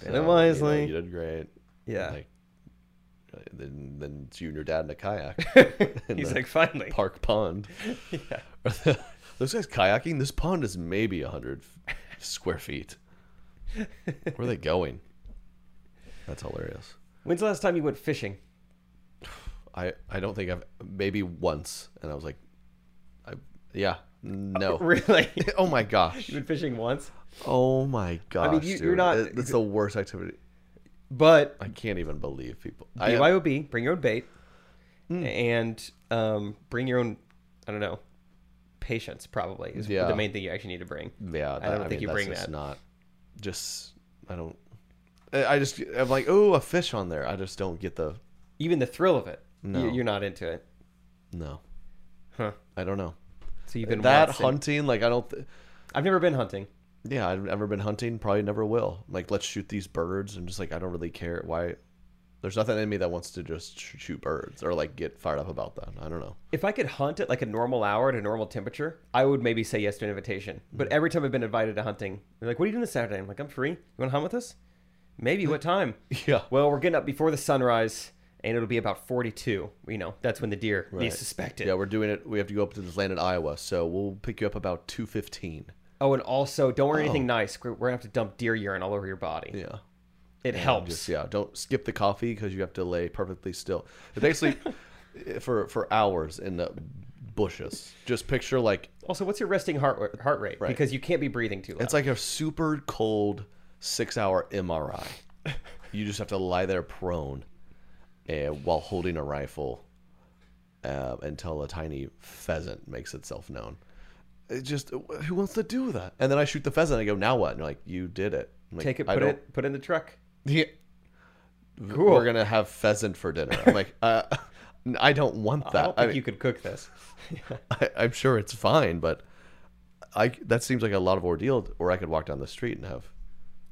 S2: Spend
S1: So,
S2: it
S1: you know,
S2: wisely.
S1: you did great.
S2: [LAUGHS] yeah.
S1: Like, uh, then, then it's you and your dad in a
S2: [LAUGHS]
S1: kayak. in
S2: He's
S1: the
S2: like, finally.
S1: park
S2: [LAUGHS]
S1: pond. yeah. Those guys kayaking. This pond is maybe hundred square feet. Where are they going? That's hilarious.
S2: When's the last time you went fishing?
S1: I I don't think I've maybe once, and I was like, I yeah no. [LAUGHS]
S2: [LAUGHS] Really?
S1: Oh my gosh!
S2: You've been fishing once,
S1: Oh my gosh!
S2: you- you're
S1: dude.
S2: not-
S1: It- That's the worst activity.
S2: but
S1: I can't even believe people. I, Hmm.
S2: BYOB, bring your own bait, and um, bring your own. I don't know. Patience probably is
S1: Yeah.
S2: the main thing you actually need to bring.
S1: Yeah,
S2: I don't think you
S1: that's
S2: bring
S1: just
S2: that.
S1: Not just I don't. I I just I'm like oh a fish on there. I just don't get the
S2: Even the thrill of it,
S1: No.
S2: you, are not into it.
S1: no.
S2: Huh.
S1: I don't know
S2: So you've been
S1: that
S2: watching-
S1: hunting. Like I don't. Th-
S2: I've never been hunting.
S1: yeah, I've never been hunting. Probably never will. Like let's shoot these birds and just like I don't really care why. There's nothing in me that wants to just sh- shoot birds or like get fired up about that. I don't
S2: [LAUGHS]
S1: know.
S2: If I could hunt at like a normal hour at a normal temperature, I would maybe say yes to an invitation.
S1: Hmm.
S2: But every time I've been invited to hunting, they're like, "What are you doing this Saturday?" I'm like, "I'm free. You want to hunt with us? Maybe. What
S1: [LAUGHS]
S2: time?"
S1: Yeah.
S2: Well, we're getting up before the sunrise, and it'll be about 42. You know, that's when the deer
S1: Right.
S2: is suspected.
S1: Yeah, we're doing it. We have to go up to this land in Iowa, so we'll pick you up about two fifteen.
S2: Oh, and also, don't wear anything
S1: Oh.
S2: nice. We're, we're gonna have to dump deer urine all over your body.
S1: Yeah.
S2: It helps.
S1: Just yeah, don't skip the coffee because you have to lay perfectly still. But Basically, for for hours in the bushes. Just picture like
S2: Also, what's your resting heart wa- heart rate? Because you can't be breathing too loud.
S1: it's like a super cold six hour MRI. You just have to lie there prone, uh, while holding a rifle, uh, until a tiny pheasant makes itself known. It just who wants to do that? And then I shoot the pheasant. I go now what? And you're like you did it. I'm like,
S2: Take it,
S1: I
S2: put
S1: don't-
S2: it, put it in the truck.
S1: Yeah.
S2: Cool.
S1: We're gonna have pheasant for dinner. I'm like, uh, [LAUGHS] I don't want
S2: I
S1: that.
S2: don't
S1: I
S2: think you could cook this.
S1: [LAUGHS] am sure it's fine, but I that seems like a lot of ordeal. Or I could walk down the street and have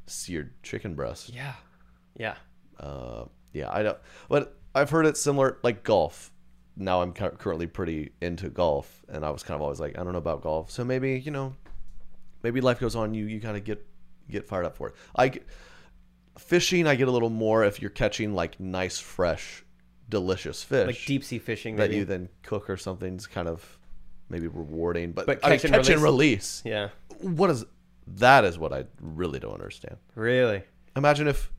S1: seared chicken breast.
S2: yeah, yeah.
S1: Uh, yeah, I don't. But I've heard it's similar, like golf. Now I'm cur- currently pretty into golf, and I was kind of always like, I don't know about golf, so maybe you know, maybe life goes on. You you kind of get get fired up for it. I g- fishing, I get a little more if you're catching like nice, fresh, delicious fish
S2: Like deep sea fishing.
S1: that
S2: Maybe.
S1: you then cook or something's kind of maybe rewarding. But,
S2: But
S1: I mean,
S2: catch and
S1: catch and release.
S2: yeah,
S1: What is that? Is what I really don't understand.
S2: really.
S1: Imagine if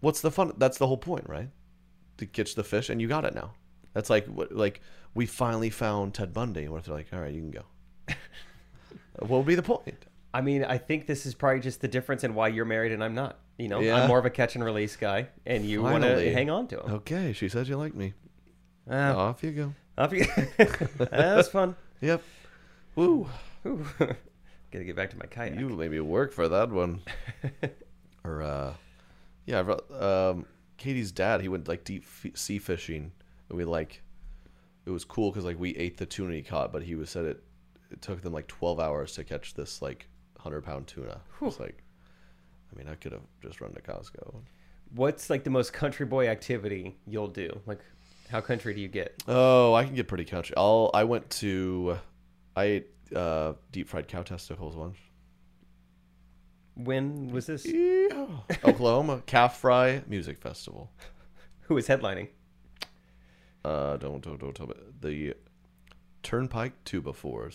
S1: what's the fun? That's the whole point, right? To catch the fish, and you got it now. That's like what like we finally found Ted Bundy. What if they're like, all right, you can go? what would be the point?
S2: I mean, I think this is probably just the difference in why you're married and I'm not. You know,
S1: Yeah.
S2: I'm more of a catch and release guy, and you want to
S1: Finally.
S2: hang on to
S1: [LAUGHS]
S2: him.
S1: Okay, she said you like me.
S2: Ah,
S1: Off you go.
S2: off you- [LAUGHS] that was fun.
S1: Yep. Woo.
S2: Ooh. Gotta get back to my kayak.
S1: You made me work for that one. or, uh, yeah, I brought- um, Katie's dad, he went like deep f- sea fishing. And we like, it was cool because like we ate the tuna he caught, but he was said it, it took them like 12 hours to catch this like 100 pound tuna. It's like, I mean, I could have just run to Costco.
S2: What's like the most country boy activity you'll do? Like, how country do you get?
S1: Oh, I can get pretty country. I'll, I went to, I ate, uh, deep fried cow testicles once.
S2: When was this?
S1: Oklahoma Calf Fry Music Festival.
S2: Who was headlining? [LAUGHS]
S1: Uh, don't don't don't tell me the Turnpike Tuba Fours.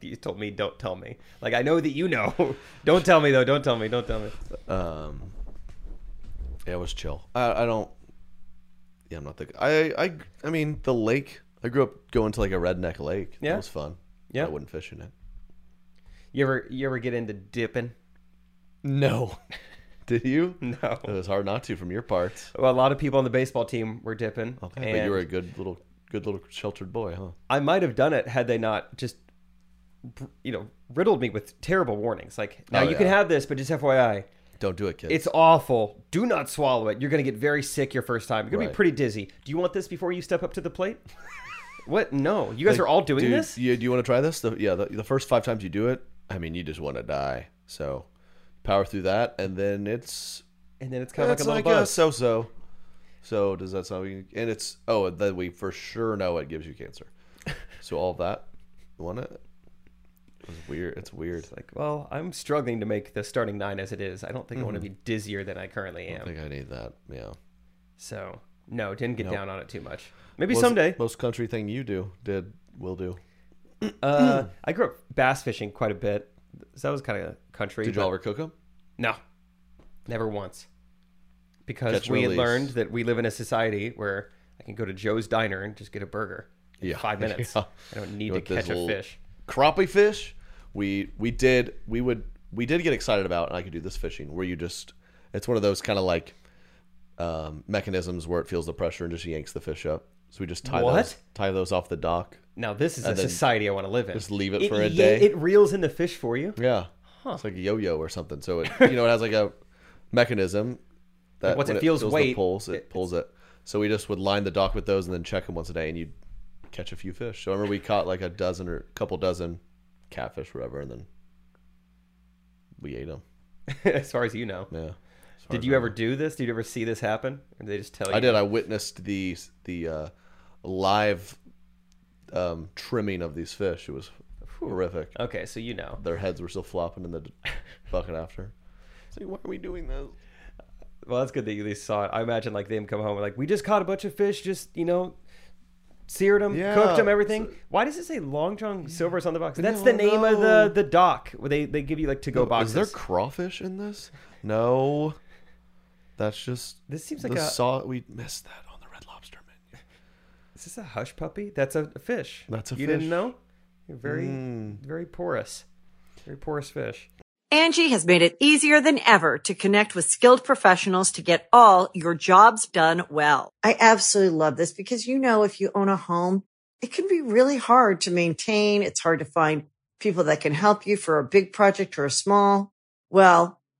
S2: You told me, don't tell me. Like I know that you know. [LAUGHS] don't tell me though. Don't tell me. Don't tell me.
S1: Um, yeah, it was chill. I, I don't. Yeah, I'm not the. I I I mean the lake. I grew up going to like a redneck lake.
S2: Yeah.
S1: it was fun.
S2: Yeah.
S1: I wouldn't fish in it.
S2: You ever you ever get into dipping? [LAUGHS]
S1: No, [LAUGHS] did you?
S2: No.
S1: It was hard not to from your parts.
S2: Well, a lot of people on the baseball team were dipping.
S1: Okay, but you were a good little, good little sheltered boy, huh?
S2: I might have done it had they not just, you know, riddled me with terrible warnings. Like, now
S1: Oh,
S2: you can
S1: yeah.
S2: have this, but just FYI,
S1: Don't do it, kid.
S2: it's awful. Do not swallow it. You're going to get very sick your first time. You're going to
S1: Right.
S2: be pretty dizzy. Do you want this before you step up to the plate? [LAUGHS] what? No. You guys are all doing
S1: Dude,
S2: this?
S1: You, do you want to try this? The, yeah, the, the first five times you do it, I mean, you just want to die. So, power through that, and then it's
S2: And then it's kind of like a
S1: it's
S2: little
S1: like a
S2: buzz.
S1: so-so. So does that sound? you- And it's oh, and then we for sure know it gives you [LAUGHS] cancer. So all that, want it? It's weird. It's weird.
S2: It's like, well, I'm struggling to make the starting nine as it is. I don't think I want to
S1: Mm-hmm.
S2: be dizzier than I currently am.
S1: I think I need that. Yeah.
S2: So, no, didn't get down on it too much. Maybe
S1: Most-
S2: someday.
S1: most country thing you do did will do.
S2: Uh,
S1: [CLEARS THROAT]
S2: I grew up bass fishing quite a bit. So that was kind of country.
S1: Did you
S2: but-
S1: all ever cook them?
S2: No, never once. Because
S1: Catch and
S2: we had
S1: release.
S2: learned that we live in a society where I can go to Joe's Diner and just get a burger. in
S1: Yeah.
S2: five
S1: [LAUGHS]
S2: minutes.
S1: Yeah.
S2: I don't
S1: You
S2: need to
S1: want this
S2: catch a
S1: little-
S2: fish.
S1: crappie fish we we did we would we did get excited about and i could do this fishing where you just it's one of those kind of like um, mechanisms where it feels the pressure and just yanks the fish up so we just tie
S2: What?
S1: those tie those off the dock
S2: Now this is a
S1: And then
S2: society I want to live in.
S1: just leave it for a
S2: ye-
S1: day?
S2: It reels in the fish for you. [LAUGHS]
S1: yeah it's like a yo-yo or something so it you know it has like a mechanism that
S2: once
S1: when
S2: it feels
S1: the
S2: weight,
S1: pulls
S2: it-
S1: it pulls it so we just would line the dock with those and then check them once a day and you'd catch a few fish so I remember we caught like a dozen or a couple dozen catfish whatever and then we ate them
S2: as far as you know,
S1: Yeah. As far
S2: did
S1: as
S2: you
S1: I-
S2: ever do this? Did you ever see this happen? Or did they just tell you?
S1: I did. I witnessed the the uh, live um, trimming of these fish. It was horrific.
S2: Okay, so you know.
S1: Their heads were still flopping in the d- bucket [LAUGHS] after. It's like, why are we doing this?
S2: Well, that's good that you at least saw it. I imagine like them come home and like we just caught a bunch of fish, just you know, seared them,
S1: Yeah.
S2: cooked them, everything. Why does it say Long John Silver's on the box? That's
S1: No,
S2: the name of the
S1: no.
S2: the dock. where They they give you like to go
S1: Is
S2: boxes.
S1: there crawfish in this? No. That's just
S2: This seems
S1: the
S2: like a
S1: saw. We missed that on the Red Lobster menu.
S2: is this a hush puppy? That's a fish.
S1: That's a
S2: you didn't
S1: fish. Hmm.
S2: know. You're very very porous, very porous fish.
S5: Angie has made it easier than ever to connect with skilled professionals to get all your jobs done well.
S6: I absolutely love this because, you know, if you own a home, it can be really hard to maintain. It's hard to find people that can help you for a big project or a small. Well,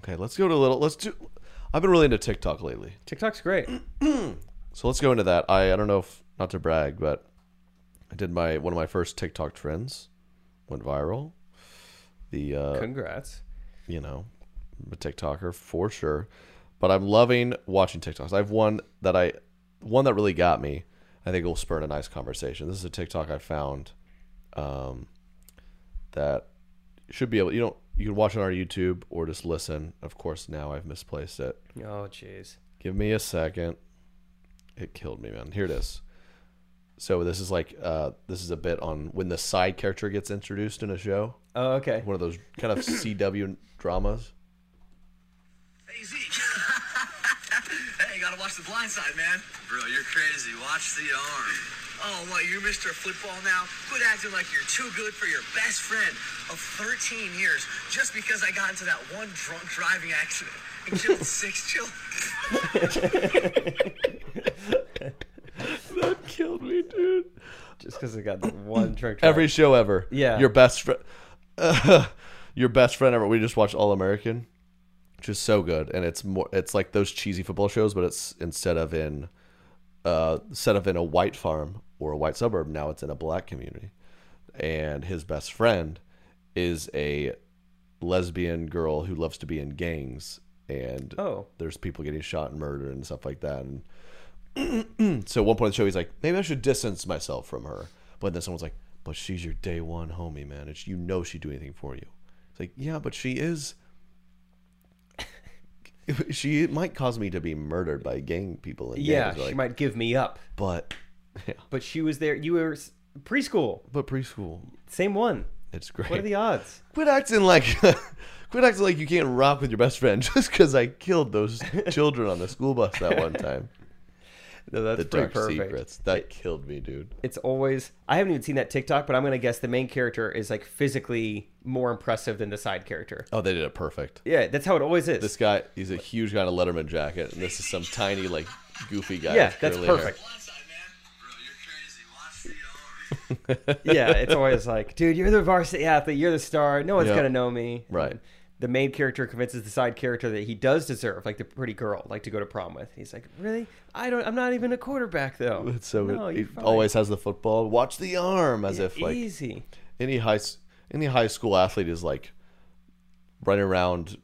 S1: Okay, let's go to a little. Let's do. I've been really into TikTok lately. [CLEARS THROAT]
S2: TikTok's great.
S1: So let's go into that. I, I don't know if not to brag, but I did my one of my first TikTok trends went viral. The uh,
S2: Congrats.
S1: you know, I'm a TikToker for sure, but I'm loving watching TikToks. I have one that I one that really got me. I think will spur a nice conversation. This is a TikTok I found um, that should be able. You don't. You can watch it on our YouTube or just listen. Of course, now I've misplaced it.
S2: Oh, jeez.
S1: Give me a second. It killed me, man. Here it is. So this is like uh, this is a bit on when the side character gets introduced in a show,
S2: Oh, okay.
S1: one of those kind of CW dramas.
S7: Hey Zeke. [LAUGHS] hey, gotta watch the blind side, man. Bro, you're crazy. Watch the arm. Oh, what? You're Mr. Football now? Quit acting like you're too good for your best friend of 13 years just because I got into that one drunk driving accident and killed [LAUGHS] six children.
S1: That killed me, dude.
S2: Just because I got
S1: [CLEARS THROAT]
S2: the one drink.
S1: Every show ever.
S2: Yeah.
S1: Your best friend. [LAUGHS] your best friend ever. We just watched All American, which is so good, and it's more. It's like those cheesy football shows, but it's instead of in, uh, instead of in a white farm or a white suburb, now it's in a black community, and his best friend is a lesbian girl who loves to be in gangs, and
S2: Oh.
S1: there's people getting shot and murdered and stuff like that, and [CLEARS THROAT] so at one point in the show, he's like, maybe I should distance myself from her. But then someone's like, but she's your day one homie, man. It's, you know she'd do anything for you. It's like, yeah, but she is. [LAUGHS] she might cause me to be murdered by gang people. And
S2: Yeah,
S1: gangs.
S2: she
S1: They're like,
S2: might give me up.
S1: But, yeah,
S2: But she was there. You were s- preschool.
S1: but preschool,
S2: Same one.
S1: it's great.
S2: What are the
S1: [LAUGHS]
S2: odds?
S1: quit acting like, quit acting like you can't rock with your best friend [LAUGHS] just because I killed
S2: [LAUGHS]
S1: those children on the school bus that one time.
S2: No, that's
S1: The dark secrets that killed me, dude.
S2: It's always I haven't even seen that TikTok, but I'm gonna guess the main character is like physically more impressive than the side character.
S1: Oh, they did it perfect.
S2: Yeah, that's how it always is.
S1: This guy, he's a huge guy in a Letterman jacket, and this is some tiny, like, goofy guy.
S2: yeah,
S1: with
S2: that's
S1: curly hair.
S2: perfect.
S7: Blind side, man. Bro, you're crazy. Watch the arm.
S2: [LAUGHS] yeah, it's always like, dude, you're the varsity athlete, you're the star, no one's
S1: Yeah.
S2: gonna know me.
S1: Right.
S2: And the main character convinces the side character that he does deserve, like the pretty girl, like to go to prom with. He's like, really? I don't. I'm not even a quarterback though.
S1: It's so
S2: No,
S1: he
S2: you're fine.
S1: always has the football. Watch the arm, as if like
S2: easy.
S1: any high s- any high school athlete is like running around,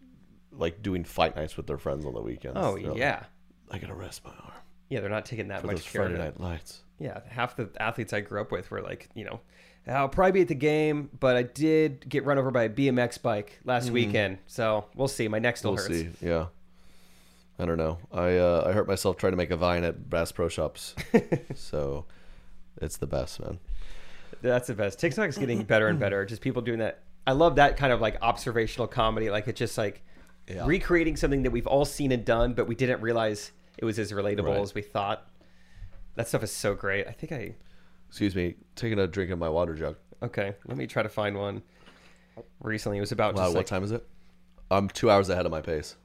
S1: like doing fight nights with their friends on the weekends.
S2: Oh
S1: They're like,
S2: yeah,
S1: I gotta rest my arm
S2: yeah. They're not taking that
S1: for
S2: much
S1: those
S2: care
S1: Friday
S2: of it.
S1: night lights.
S2: Yeah, half the athletes I grew up with were like, you know, I'll probably be at the game, but I did get run over by a BMX bike last weekend, so we'll see. My neck still
S1: Mm-hmm. We'll
S2: hurts.
S1: see. Yeah. I don't know. I uh, I hurt myself trying to make a vine at Bass Pro
S2: [LAUGHS]
S1: Shops, so it's the best, man.
S2: That's the best. TikTok's
S1: [LAUGHS]
S2: getting better and better. Just people doing that. I love that kind of like observational comedy. Like it's just like recreating something that we've all seen and done, but we didn't realize it was as relatable
S1: Right.
S2: as we thought. That stuff is so great. I think I
S1: Excuse me, taking a drink of my water jug.
S2: okay. Let me try to find one. Recently, it was about
S1: Wow,
S2: just
S1: what
S2: like
S1: time is it? I'm two hours ahead of my pace.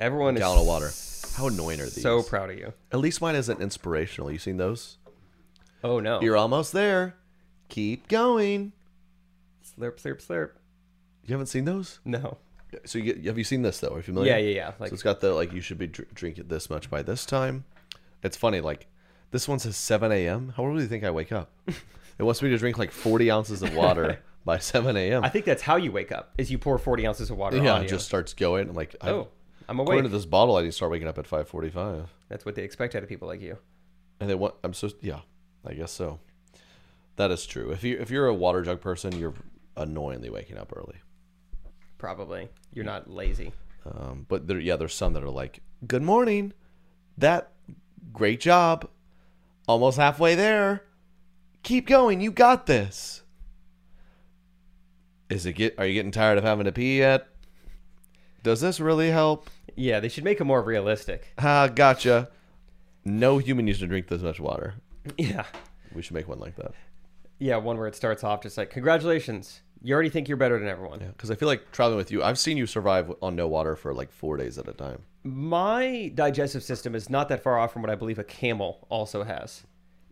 S2: everyone
S1: Gallon
S2: is
S1: of water. How annoying are these?
S2: so proud of you.
S1: At least mine isn't inspirational. You seen those?
S2: Oh no!
S1: You're almost there. Keep going.
S2: slurp, slurp, slurp.
S1: You haven't seen those?
S2: No.
S1: So you get, have you seen this though? Are you familiar?
S2: Yeah, yeah, yeah. Like
S1: so it's got the like you should be dr- drinking this much by this time. It's funny. Like this one says 7 a.m. How early do you think I wake
S2: [LAUGHS]
S1: up? it wants me to drink like 40 ounces of water by 7 a.m.
S2: I think that's how you wake up is you pour 40 ounces of water
S1: yeah,
S2: on
S1: it
S2: you.
S1: just starts going. I'm like, I-
S2: oh, I'm
S1: according
S2: awake.
S1: to this bottle, I need to start waking up at 5:45.
S2: That's what they expect out of people like you.
S1: And they want. I'm so yeah. I guess so. That is true. If you if you're a water jug person, you're annoyingly waking up early.
S2: Probably. You're not lazy.
S1: Um, but there, yeah, there's some that are like, "Good morning, that great job, almost halfway there. Keep going, you got this." Is it get? Are you getting tired of having to pee yet? Does this really help?
S2: Yeah, they should make it more realistic. [LAUGHS]
S1: Ah, gotcha. No human needs to drink this much water.
S2: Yeah.
S1: We should make one like that.
S2: Yeah, one where it starts off just like, congratulations. You already think you're better than everyone.
S1: Because I feel like traveling with you, I've seen you survive on no water for like four days at a time.
S2: My digestive system is not that far off from what I believe a camel also has.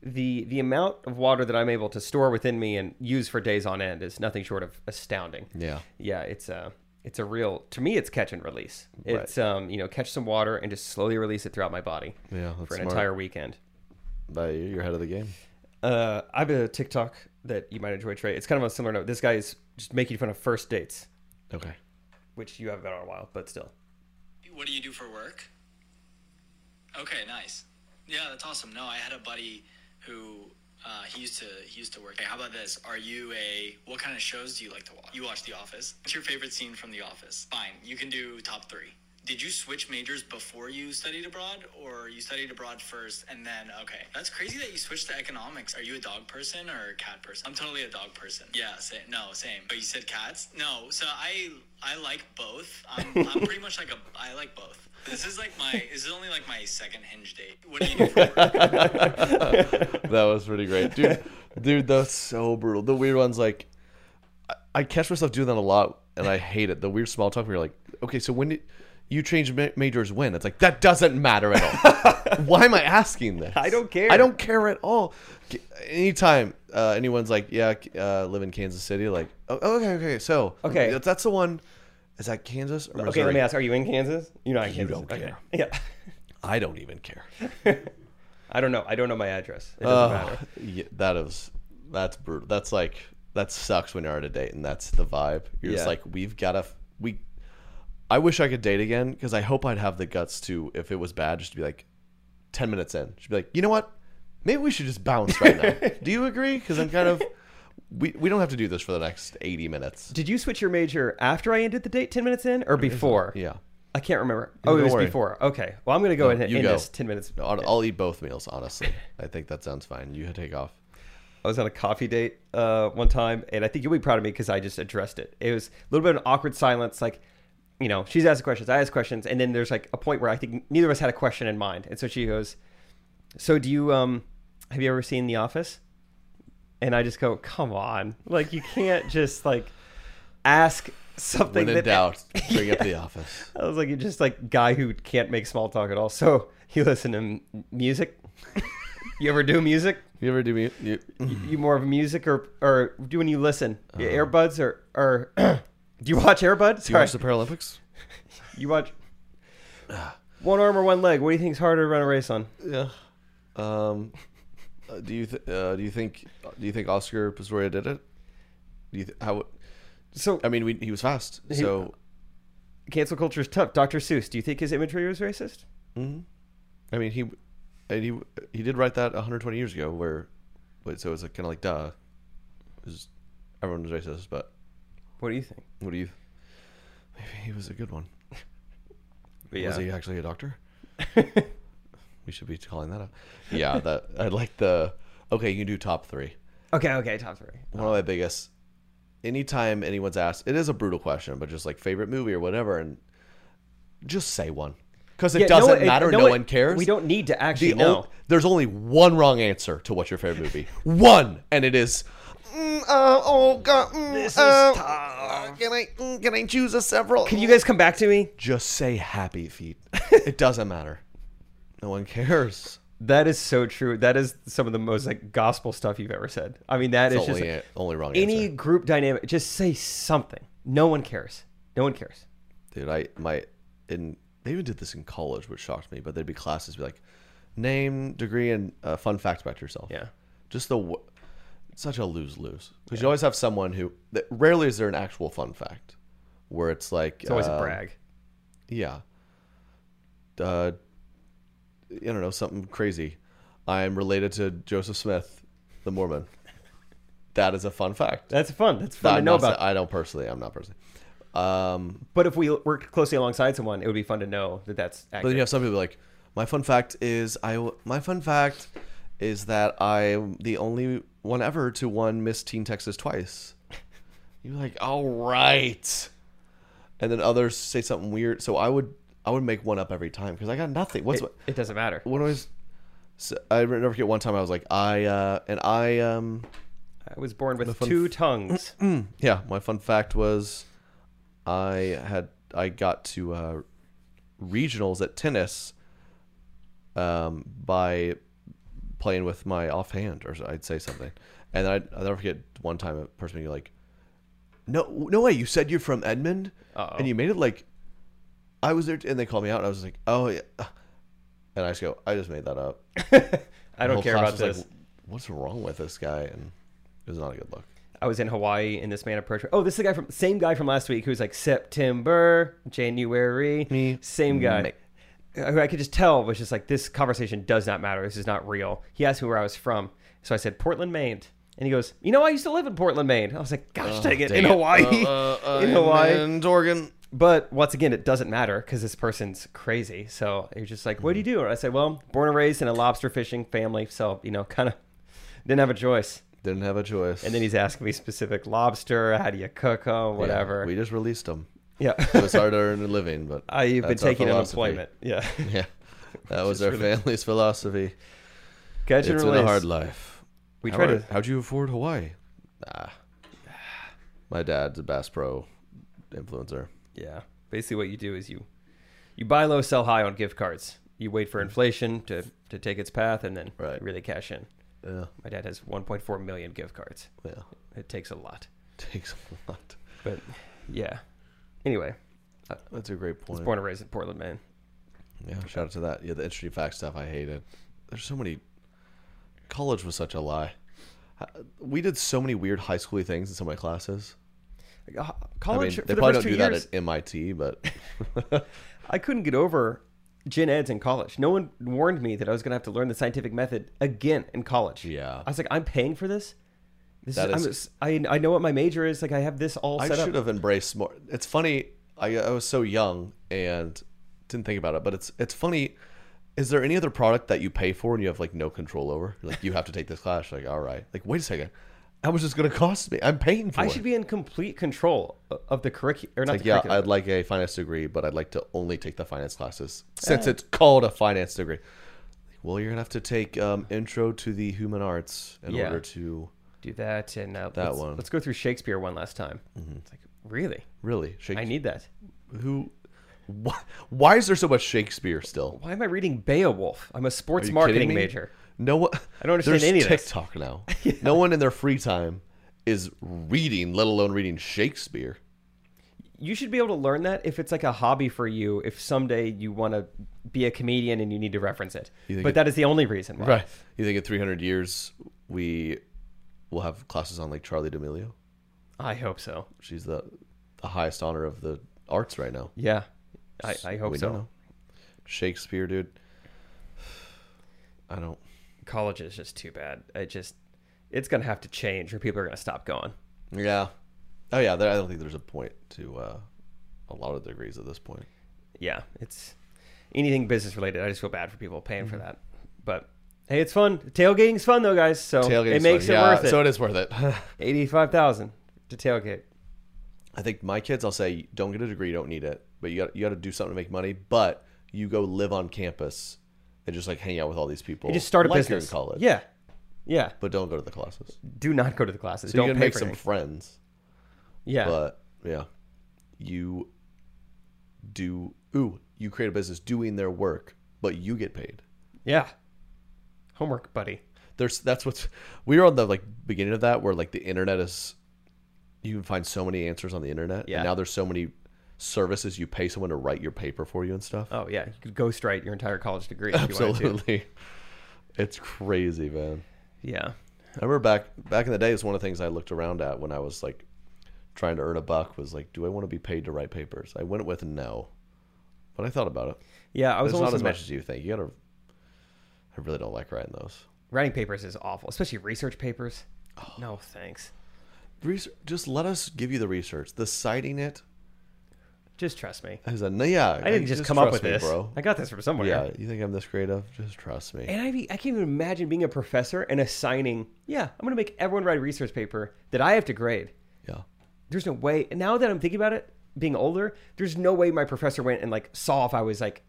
S2: The the amount of water that I'm able to store within me and use for days on end is nothing short of astounding.
S1: Yeah.
S2: yeah it's a it's a real to me it's catch and release it's um you know catch some water and just slowly release it throughout my body
S1: Yeah, that's
S2: for an
S1: smart.
S2: entire weekend
S1: But you- you're ahead of the game.
S2: uh i have a tiktok that you might enjoy trey it's kind of on a similar note this guy is just making fun of first dates
S1: Okay.
S2: which you haven't been on a while but still
S7: What do you do for work?
S8: Okay, nice. Yeah, that's awesome. No, I had a buddy who uh, he used to he used to work. Hey, how about this? Are you a what kind of shows do you like to watch? You watch The Office. What's your favorite scene from The Office? Fine, you can do top three. Did you switch majors before you studied abroad, or you studied abroad first and then okay? That's crazy that you switched to economics. Are you a dog person or a cat person? I'm totally a dog person. Yeah, same. No, same. But you said cats? No. So I I like [LAUGHS] both. I'm, I'm pretty much like a I like both. This is like my this is only like my second hinge date. What do you do for [LAUGHS] work?
S1: that was pretty great,
S2: [LAUGHS]
S1: dude. Dude, that's so brutal. The weird ones, like, I, I catch myself doing that a lot, and I hate it. The weird small talk. Where you're like, okay, so when did you change ma- majors? When? It's like that doesn't matter
S2: [LAUGHS]
S1: at all. Why am I asking this?
S2: I don't care.
S1: I don't care at all. K- Anytime uh, anyone's like, yeah, uh, live in Kansas City, like, oh, okay, okay, so
S2: Okay.
S1: that's, that's the one. Is that Kansas or
S2: Okay, let
S1: Missouri?
S2: me ask: Are you in Kansas? You're not in Kansas.
S1: don't
S2: okay.
S1: care.
S2: [LAUGHS] Yeah,
S1: I don't even care.
S2: I don't know. I don't know my address. It doesn't
S1: Oh,
S2: matter.
S1: Yeah, that is that's brutal. That's like that sucks when you're at a date and that's the vibe. You're just
S2: Yeah.
S1: like we've got to we. I wish I could date again because I hope I'd have the guts to if it was bad just to be like, ten minutes in, just be like, you know what, maybe we should just bounce right [LAUGHS] now. do you agree? Because I'm kind of. We, we don't have to do this for the next 80 minutes.
S2: Did you switch your major after I ended the date ten minutes in, or before?
S1: Yeah.
S2: I can't remember. Oh, it
S1: don't
S2: was
S1: worry.
S2: before. Okay. Well, I'm gonna go ahead and
S1: you
S2: end
S1: go.
S2: this ten minutes.
S1: No, I'll, I'll eat both meals, honestly. I think that sounds fine. You take off.
S2: I was on a coffee date uh, one time, and I think you'll be proud of me because I just addressed it. It was a little bit of an awkward silence, like you know, she's asking questions, I ask questions, and then there's like a point where I think neither of us had a question in mind, and so she goes, "So do you um have you ever seen The Office?" And I just go, "Come on, like you can't just like ask something
S1: When in [LAUGHS]
S2: that
S1: doubt, bring up the office.
S2: I was like, you're just like guy who can't make small talk at all. So you listen to m- music. [LAUGHS] you ever do music?
S1: [LAUGHS] You ever do me? You,
S2: You more of music or or do when you listen? Your Earbuds or or [CLEARS THROAT] do you watch Airbuds?
S1: Uh-huh. you
S2: Sorry,
S1: watch the Paralympics? [SIGHS]
S2: you watch
S1: Ah.
S2: one arm or one leg. What do you think's harder to run a race on?
S1: Yeah. Um, uh, do you th- uh, do you think do you think Oscar Pistorius did it? Do you th- how?
S2: So
S1: I mean, we, he was fast. So
S2: cancel culture is tough. Dr. Seuss. Do you think his imagery was racist?
S1: I mean, he and he he did write that 120 years ago. Where, wait, so it's like, kind of like duh, It was, everyone was racist. But
S2: What do you think?
S1: what do you? Maybe he was a good one.
S2: But
S1: Was he actually a doctor? we should be calling that up. Yeah, that I like the. Okay, you can do top three.
S2: Okay, okay, top three.
S1: one of my biggest anytime anyone's asked it is a brutal question but just like favorite movie or whatever and just say one because it
S2: Yeah, no
S1: doesn't
S2: one-
S1: matter no,
S2: one-
S1: one cares
S2: We don't need to actually
S1: the
S2: know.
S1: ol- there's only one wrong answer to what's your favorite movie one and it is mm, uh, oh god mm, this
S2: is tough.
S1: can i mm, can i choose a several
S2: Can you guys come back to me?
S1: just say happy
S2: [LAUGHS]
S1: feet it doesn't matter no one cares
S2: That is so true. That is some of the most like gospel stuff you've ever said. I mean, that is
S1: It's only, a-
S2: just
S1: only wrong
S2: any
S1: answer
S2: group dynamic. Just say something. No one cares. No one cares.
S1: dude i my in they even did this in college which shocked me but there'd be classes be like name degree and uh, fun fact about yourself
S2: Yeah.
S1: just the wo- it's such a lose-lose because you always have someone who that rarely is there an actual fun fact where it's like uh,
S2: It's always a brag.
S1: yeah uh i don't know something crazy i'm related to joseph smith the mormon that is a fun fact
S2: That's fun. That's fun to
S1: I'm
S2: know
S1: not sa-
S2: about.
S1: i don't personally i'm not personally um
S2: but if we worked closely alongside someone, it would be fun to know that that's
S1: But
S2: accurate.
S1: then you have some people like, my fun fact is I my fun fact is that I'm the only one ever to won Miss Teen Texas twice. [LAUGHS] You're like, all right. And then others say something weird. So I would I would make one up every time because I got nothing. What's
S2: it, it doesn't matter.
S1: what was? So I never forget one time I was like I uh, and I um
S2: I was born with two tongues.
S1: Mm, yeah my fun fact was I had I got to uh, regionals at tennis um, by playing with my offhand, or I'd say something, and I'd, I'll never forget one time a person being like, "No, no way! You said you're from Edmond, and you made it like I was there." And they called me out, and I was just like, "Oh yeah," and I just go, "I just made that up."
S2: I don't care about this.
S1: What's wrong with this guy? And it was not a good look.
S2: I was in Hawaii and this man approached me. Oh, this is the guy from same guy from last week who was like September, January.
S1: Me,
S2: Same guy.
S1: me.
S2: who I could just tell was just like, this conversation does not matter. This is not real. He asked me where I was from. So I said, Portland, Maine. And he goes, You know, I used to live in Portland, Maine. I was like, Gosh, dang it. In Hawaii.
S1: Uh,
S2: [LAUGHS] in Hawaii.
S1: and Oregon.
S2: But once again, it doesn't matter because this person's crazy. So you're just like, What do you
S1: Mm-hmm.
S2: do? And I said, Well, born and raised in a lobster fishing family. So, you know, kind of [LAUGHS] didn't have a choice.
S1: Didn't have a choice.
S2: And then he's asking me specific lobster. How do you cook them? Whatever.
S1: we just released them.
S2: Yeah. [LAUGHS]
S1: It was hard to earn a living, but
S2: I've been
S1: that's our
S2: taking
S1: philosophy.
S2: unemployment. Yeah.
S1: [LAUGHS] Yeah, that was our family's philosophy.
S2: [LAUGHS] Catch and
S1: It's been
S2: release.
S1: a hard life.
S2: We
S1: How
S2: try
S1: are- [LAUGHS]
S2: to.
S1: How'd you afford Hawaii? Ah, my dad's a Bass Pro influencer.
S2: Yeah. Basically, what you do is you you buy low, sell high on gift cards. You wait for inflation to to take its path, and then
S1: Mm-hmm. Right.
S2: you really cash in.
S1: Yeah,
S2: My dad has 1.4 million gift cards.
S1: yeah, [LAUGHS]
S2: It takes a lot,
S1: takes a lot. Uh,
S2: but yeah. Anyway,
S1: That's a great point.
S2: born and raised in Portland, Maine.
S1: Yeah, shout out to that. Yeah, the interesting fact stuff I hated. There's so many. College was such a lie. Uh, We did so many weird high schooly things in so many classes.
S2: Like, uh,
S1: I mean,
S2: college for
S1: they
S2: the
S1: probably
S2: first
S1: don't
S2: two
S1: do
S2: years,
S1: that at MIT, but
S2: I couldn't get over gen eds in college. No one warned me that I was going to have to learn the scientific method again in college.
S1: Yeah.
S2: I was like, I'm paying for this. This
S1: That
S2: is,
S1: is-
S2: I'm, I I know what my major is. Like I have this all
S1: [LAUGHS] I
S2: set
S1: should
S2: up.
S1: have embraced more. It's funny. I, I was so young and didn't think about it, but it's it's funny. Is there any other product that you pay for and you have like no control over? You're like you have to take this class. You're like all right. Like wait a second. How much is going to cost me? I'm paying for
S2: I
S1: it.
S2: should be in complete control o- of the curriculum, or not
S1: like
S2: the
S1: yeah,
S2: curriculum.
S1: I'd like a finance degree, but I'd like to only take the finance classes since it's called a finance degree. Well, you're gonna have to take um, intro to the human arts in
S2: Yeah.
S1: order to
S2: do that and uh,
S1: That
S2: let's,
S1: one. Mm-hmm.
S2: Let's go through Shakespeare one last time. It's like really,
S1: really. Shake-
S2: I need that.
S1: who. Why, why is there so much Shakespeare still?
S2: Why am I reading Beowulf? I'm a
S1: Are
S2: sports
S1: you kidding
S2: marketing
S1: me?
S2: major.
S1: No one.
S2: I don't understand
S1: there's
S2: any of this.
S1: TikTok
S2: [LAUGHS]
S1: now. No one in their free time is reading, let alone reading Shakespeare.
S2: You should be able to learn that if it's like a hobby for you. If someday you want to be a comedian and you need to reference it,
S1: think
S2: but
S1: it-
S2: that is the only reason. Why.
S1: You think in 300 years we will have classes on like Charlie D'Amelio?
S2: I hope so.
S1: She's the the highest honor of the arts right now.
S2: Yeah, I, I hope
S1: we
S2: so.
S1: don't know. Shakespeare, dude. I don't.
S2: College is just too bad. It just, it's gonna have to change, or people are gonna stop going.
S1: Yeah. Oh yeah. There, I don't think there's a point to uh, a lot of degrees at this point.
S2: yeah, it's anything business related. I just feel bad for people paying
S1: Mm-hmm.
S2: for that. But hey, it's fun. Tailgating's fun though, guys. So Oh, it
S1: Tailgating's
S2: makes
S1: fun.
S2: it
S1: Yeah,
S2: worth it.
S1: So it is worth it. [LAUGHS]
S2: Eighty-five thousand to tailgate.
S1: I think my kids, I'll say, don't get a degree, you don't need it, but you got you got to do something to make money. But you go live on campus and just like hang out with all these people.
S2: You just start a
S1: like you're
S2: business.
S1: in college.
S2: Yeah, yeah.
S1: but don't go to the classes.
S2: Do not go to the classes.
S1: So
S2: Don't
S1: you can
S2: pay
S1: make
S2: for
S1: some
S2: anything.
S1: friends,
S2: Yeah,
S1: but yeah, you do. Ooh, you create a business doing their work, but you get paid.
S2: yeah. Homework, buddy.
S1: there's that's what's we were on the like beginning of that where like the internet is you can find so many answers on the internet
S2: Yeah.
S1: and now there's so many services you pay someone to write your paper for you and stuff
S2: Oh yeah, you could ghostwrite your entire college degree. If You wanted to.
S1: absolutely [LAUGHS] it's crazy man
S2: Yeah.
S1: i remember back back in the day it's one of the things i looked around at when i was like trying to earn a buck was like do i want to be paid to write papers i went with no but i thought about it
S2: Yeah, I was
S1: it's not
S2: almost
S1: as much as you think you gotta i really don't like writing those
S2: writing papers is awful, especially research papers.
S1: Oh.
S2: No thanks.
S1: Research, just let us give you the research the citing it
S2: Just trust me.
S1: As a yeah,
S2: I didn't just, come up with
S1: trust me,
S2: this.
S1: bro.
S2: I got this from somewhere.
S1: yeah, you think I'm this creative? Just trust me.
S2: And I, be- I can't even imagine being a professor and assigning, yeah, I'm going to make everyone write a research paper that I have to grade.
S1: Yeah,
S2: There's no way. And now that I'm thinking about it, being older, there's no way my professor went and like saw if I was like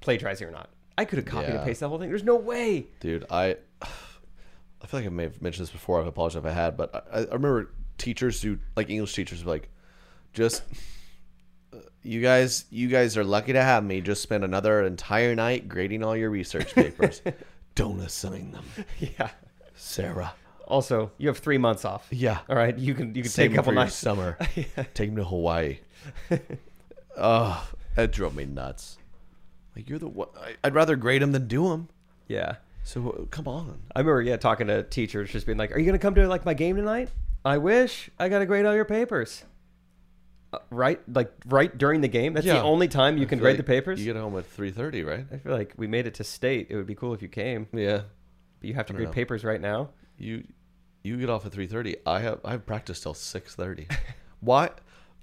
S2: plagiarizing or not. I could have copied and
S1: Yeah.
S2: pasted the whole thing. There's no way. [LAUGHS]
S1: dude, I, [SIGHS] I feel like I may have mentioned this before. I apologize if I had, but I, I remember teachers who like English teachers were like, just uh, you guys, you guys are lucky to have me. Just spend another entire night grading all your research
S2: [LAUGHS]
S1: papers. Don't assign them,
S2: Yeah.
S1: Sarah.
S2: Also, you have three months off.
S1: Yeah.
S2: All right. You can you can
S1: Save
S2: take a couple nights. [LAUGHS]
S1: summer. Take him to Hawaii. oh, that drove me nuts. Like you're the one. I- I'd rather grade him than do him.
S2: Yeah.
S1: So uh, come on.
S2: I remember, yeah, talking to teachers, just being like, "Are you gonna come to like my game tonight? I wish I got to grade all your papers. Uh, right? Like right during the game. That's the
S1: Yeah.
S2: only time you
S1: I
S2: can
S1: feel
S2: grade
S1: like
S2: the papers.
S1: You get home at three thirty, right?
S2: I feel like we made it to state. It would be cool if you came,
S1: Yeah.
S2: but you have to
S1: don't
S2: grade
S1: know.
S2: papers right now.
S1: You you get off at three thirty. I have I have practice till six thirty. [LAUGHS] why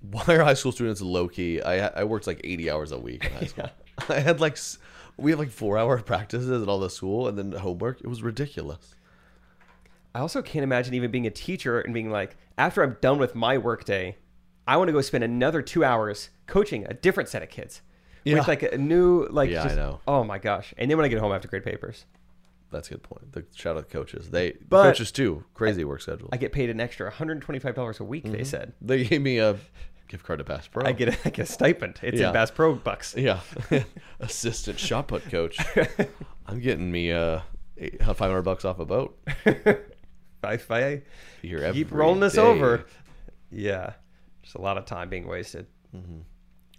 S1: why are high school students low key? I I worked like eighty hours a week
S2: [LAUGHS]
S1: in high school. [LAUGHS] I had like s- we had like four hour practices at all the school and then homework. It was ridiculous.
S2: I also can't imagine even being a teacher and being like, after I'm done with my workday, I want to go spend another two hours coaching a different set of kids
S1: Yeah.
S2: with like a new like.
S1: Yeah, I
S2: just-
S1: know.
S2: Oh my gosh! And then when I get home, I have to grade papers.
S1: That's a good point. The shout out to coaches. They the
S2: But-
S1: coaches too. Crazy work schedule.
S2: I get paid an extra 125 dollars a week.
S1: Mm-hmm.
S2: They said
S1: they gave me a gift card to Bass Pro.
S2: I get a, I get a stipend. It's
S1: Yeah.
S2: in Bass Pro bucks.
S1: Yeah, [LAUGHS] assistant shot put
S2: [LAUGHS]
S1: coach. I'm getting me uh, five hundred bucks off a boat.
S2: If I
S1: Here
S2: keep
S1: every
S2: rolling this
S1: day.
S2: over, yeah, just a lot of time being wasted.
S1: Mm-hmm.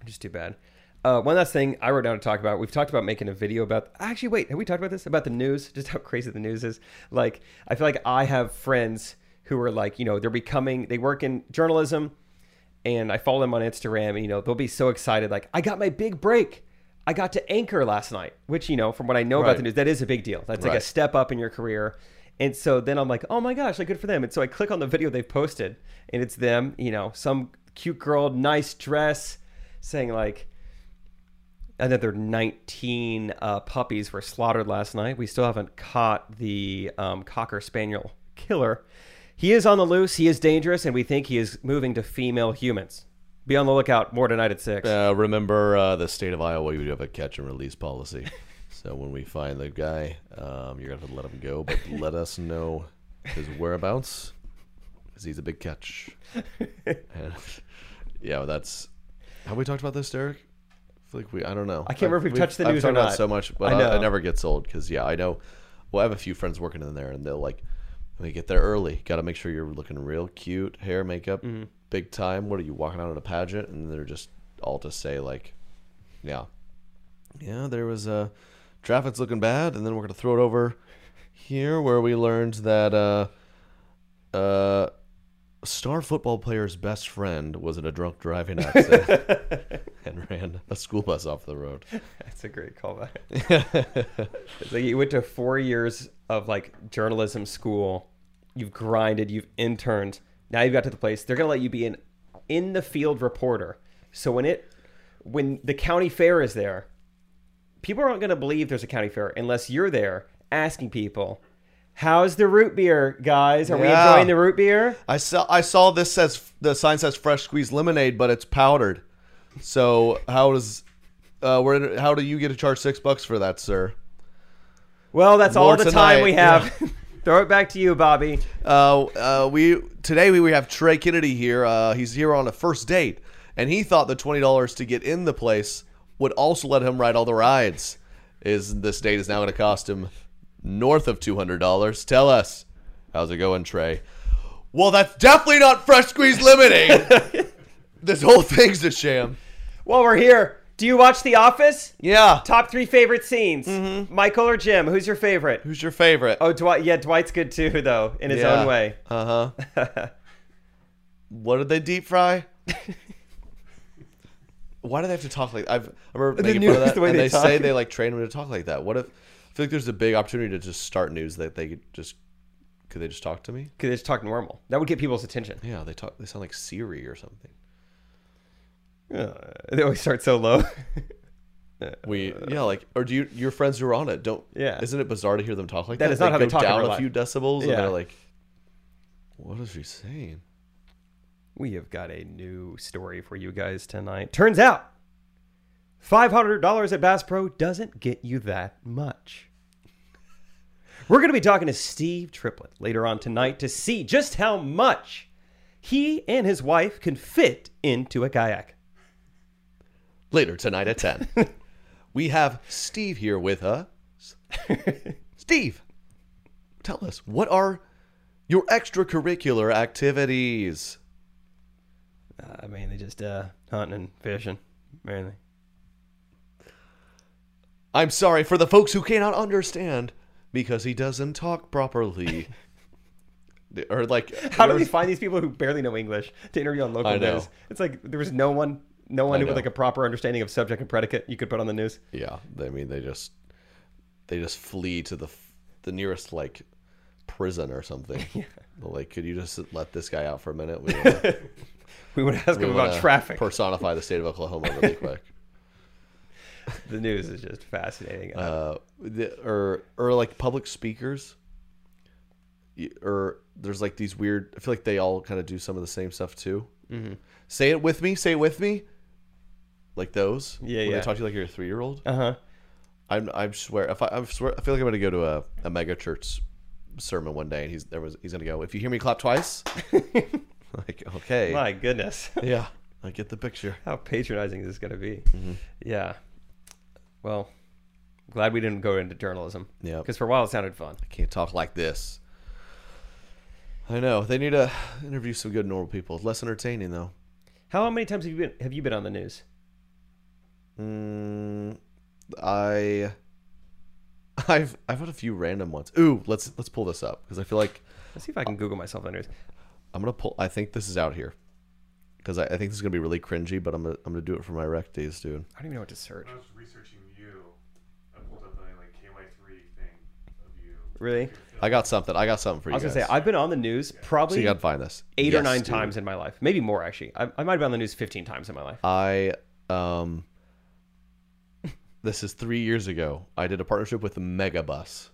S2: Just too bad. Uh, one last thing I wrote down to talk about. We've talked about making a video about. Actually, wait, have we talked about this? About the news? [LAUGHS] Just how crazy the news is. Like, I feel like I have friends who are like, you know, they're becoming. They work in journalism, and I follow them on Instagram, and you know, they'll be so excited. Like, I got my big break. I got to anchor last night, which you know, from what I know about
S1: Right.
S2: the news, that is a big deal. That's like a
S1: Right.
S2: step up in your career. And so then I'm like, oh my gosh, like good for them. And so I click on the video they posted, and it's them, you know, some cute girl, nice dress, saying like, another 19 uh, puppies were slaughtered last night. We still haven't caught the um, cocker spaniel killer. He is on the loose. He is dangerous, and we think he is moving to female humans. Be on the lookout. More tonight at six.
S1: Uh, remember uh, the state of Iowa. We do have a catch and release
S2: [LAUGHS]
S1: policy. so when we find the guy, um, you're gonna have to let him go, but let us know his whereabouts because he's a big catch.
S2: [LAUGHS]
S1: and, yeah, well, that's. Have we talked about this, Derek? I feel like we. I don't know. I
S2: can't remember if we've touched the news or
S1: talked about
S2: not.
S1: it so much, but
S2: I
S1: I
S2: know.
S1: it never gets old because yeah, I know. Well, I have a few friends working in there, and they'll like. When you get there early, got to make sure you're looking real cute, hair, makeup,
S2: Mm-hmm.
S1: big time. What are you walking out in a pageant? And they're just all to say like, yeah, yeah. There was uh, traffic's looking bad, and then we're gonna throw it over here where we learned that uh, uh, star football player's best friend was in a drunk driving accident and ran a school bus off the road.
S2: That's a great
S1: [LAUGHS]
S2: callback. it's like you went to four years of like journalism school. You've grinded. You've interned. Now you've got to the place they're gonna let you be an in the field reporter. So when it when the county fair is there, people aren't gonna believe there's a county fair unless you're there asking people, "How's the root beer, guys? Are we
S1: Yeah.
S2: enjoying the root beer?"
S1: I saw I saw this says the sign says fresh squeezed lemonade, but it's powdered. So how does uh, where how do you get to charge six bucks for that, sir?
S2: Well, that's all
S1: More
S2: the time
S1: tonight,
S2: we have. [LAUGHS] Throw it back to you, Bobby.
S1: Uh, uh, we today we, we have Trey Kennedy here. Uh, he's here on a first date, and he thought the twenty dollars to get in the place would also let him ride all the rides. Is this date is now going to cost him north of two hundred dollars? Tell us, how's it going, Trey? Well, that's definitely not fresh squeezed lemonade. this whole thing's a sham.
S2: While we're here, do you watch The Office?
S1: Yeah.
S2: Top three favorite scenes: Michael or Jim? Who's your favorite?
S1: Who's your favorite?
S2: Oh, Dwight. Yeah, Dwight's good too, though, in his own way.
S1: Uh huh. what did they deep fry? Why do they have to talk like I've I remember making
S2: news,
S1: fun of that,
S2: [LAUGHS] the way
S1: and
S2: they
S1: they, say
S2: talk.
S1: they like train them to talk like that. What if I feel like there's a big opportunity to just start news that they could just could they just talk to me?
S2: Could they just talk normal? That would get people's attention.
S1: Yeah, they talk. They sound like Siri or something.
S2: Uh, They always start so low. [LAUGHS]
S1: We yeah, like or do you your friends who are on it don't?
S2: Uh, Yeah.
S1: isn't it bizarre to hear them talk like
S2: That
S1: that?
S2: is not how they
S1: go
S2: talk in
S1: Down
S2: real
S1: a few decibels,
S2: Yeah.
S1: and they're like, "What is she saying?"
S2: we have got a new story for you guys tonight. Turns out, five hundred dollars at Bass Pro doesn't get you that much. [LAUGHS] We're going to be talking to Steve Triplett later on tonight to see just how much he and his wife can fit into a kayak.
S1: later tonight at
S2: [LAUGHS]
S1: 10. we have Steve here with us. Steve, tell us, what are your extracurricular activities?
S2: I mean, they just uh, hunting and fishing, mainly.
S1: I'm sorry
S2: [LAUGHS]
S1: for the folks who cannot understand because he doesn't talk properly. or like
S2: How do
S1: there
S2: we
S1: was-
S2: find these people who barely know English to interview on
S1: I
S2: local
S1: know.
S2: news? It's like there was no one, no one
S1: I
S2: with like
S1: know.
S2: a proper understanding of subject and predicate you could put on the news.
S1: Yeah, they- I mean they just they just flee to the f- the nearest like prison or
S2: [LAUGHS]
S1: something. They're Like, could you just let this guy out for a minute? We wanna,
S2: We would ask
S1: we
S2: them about
S1: [LAUGHS] wanna
S2: traffic.
S1: Personify the state of Oklahoma really quick.
S2: the news is just fascinating.
S1: Uh, the, or or like public speakers. Y- Or there's like these weird. I feel like they all kind of do some of the same stuff too. Mm-hmm. Say it with me. Say it with me. Like those.
S2: Yeah,
S1: when
S2: yeah.
S1: They talk to you like you're a three year old.
S2: Uh huh.
S1: I'm I'm swear if I I swear I feel like I'm gonna go to a, a mega church sermon one day and he's there was he's gonna go if you hear me clap
S2: [LAUGHS]
S1: twice like okay
S2: My goodness, [LAUGHS]
S1: yeah I get the picture
S2: how patronizing is this going to be?
S1: Mm-hmm.
S2: Yeah. Well, glad we didn't go into journalism.
S1: Yep.
S2: Because for a while it sounded fun.
S1: can't talk like this I know they need to interview some good normal people it's less entertaining though
S2: How many times have you been have you been on the news?
S1: mm, I [LAUGHS] I've I've had a few random ones ooh let's let's pull this up because I feel like
S2: Let's see if I can Google myself on the news.
S1: I'm gonna pull. I think this is out here because I, I think this is gonna be really cringy, but I'm gonna I'm gonna do it for my rec days, dude.
S2: I don't even know what to search.
S3: When I was researching you, I pulled up my like KY3 thing of you.
S2: Really?
S1: I got something. I got something for you
S2: I was
S1: guys.
S2: gonna say I've been on the news
S1: so you
S2: probably
S1: gotta find this
S2: eight or
S1: Yes,
S2: nine
S1: dude.
S2: times in my life, maybe more actually. I, I might have been on the news fifteen times in my life.
S1: I um. this is three years ago. I did a partnership with Megabus.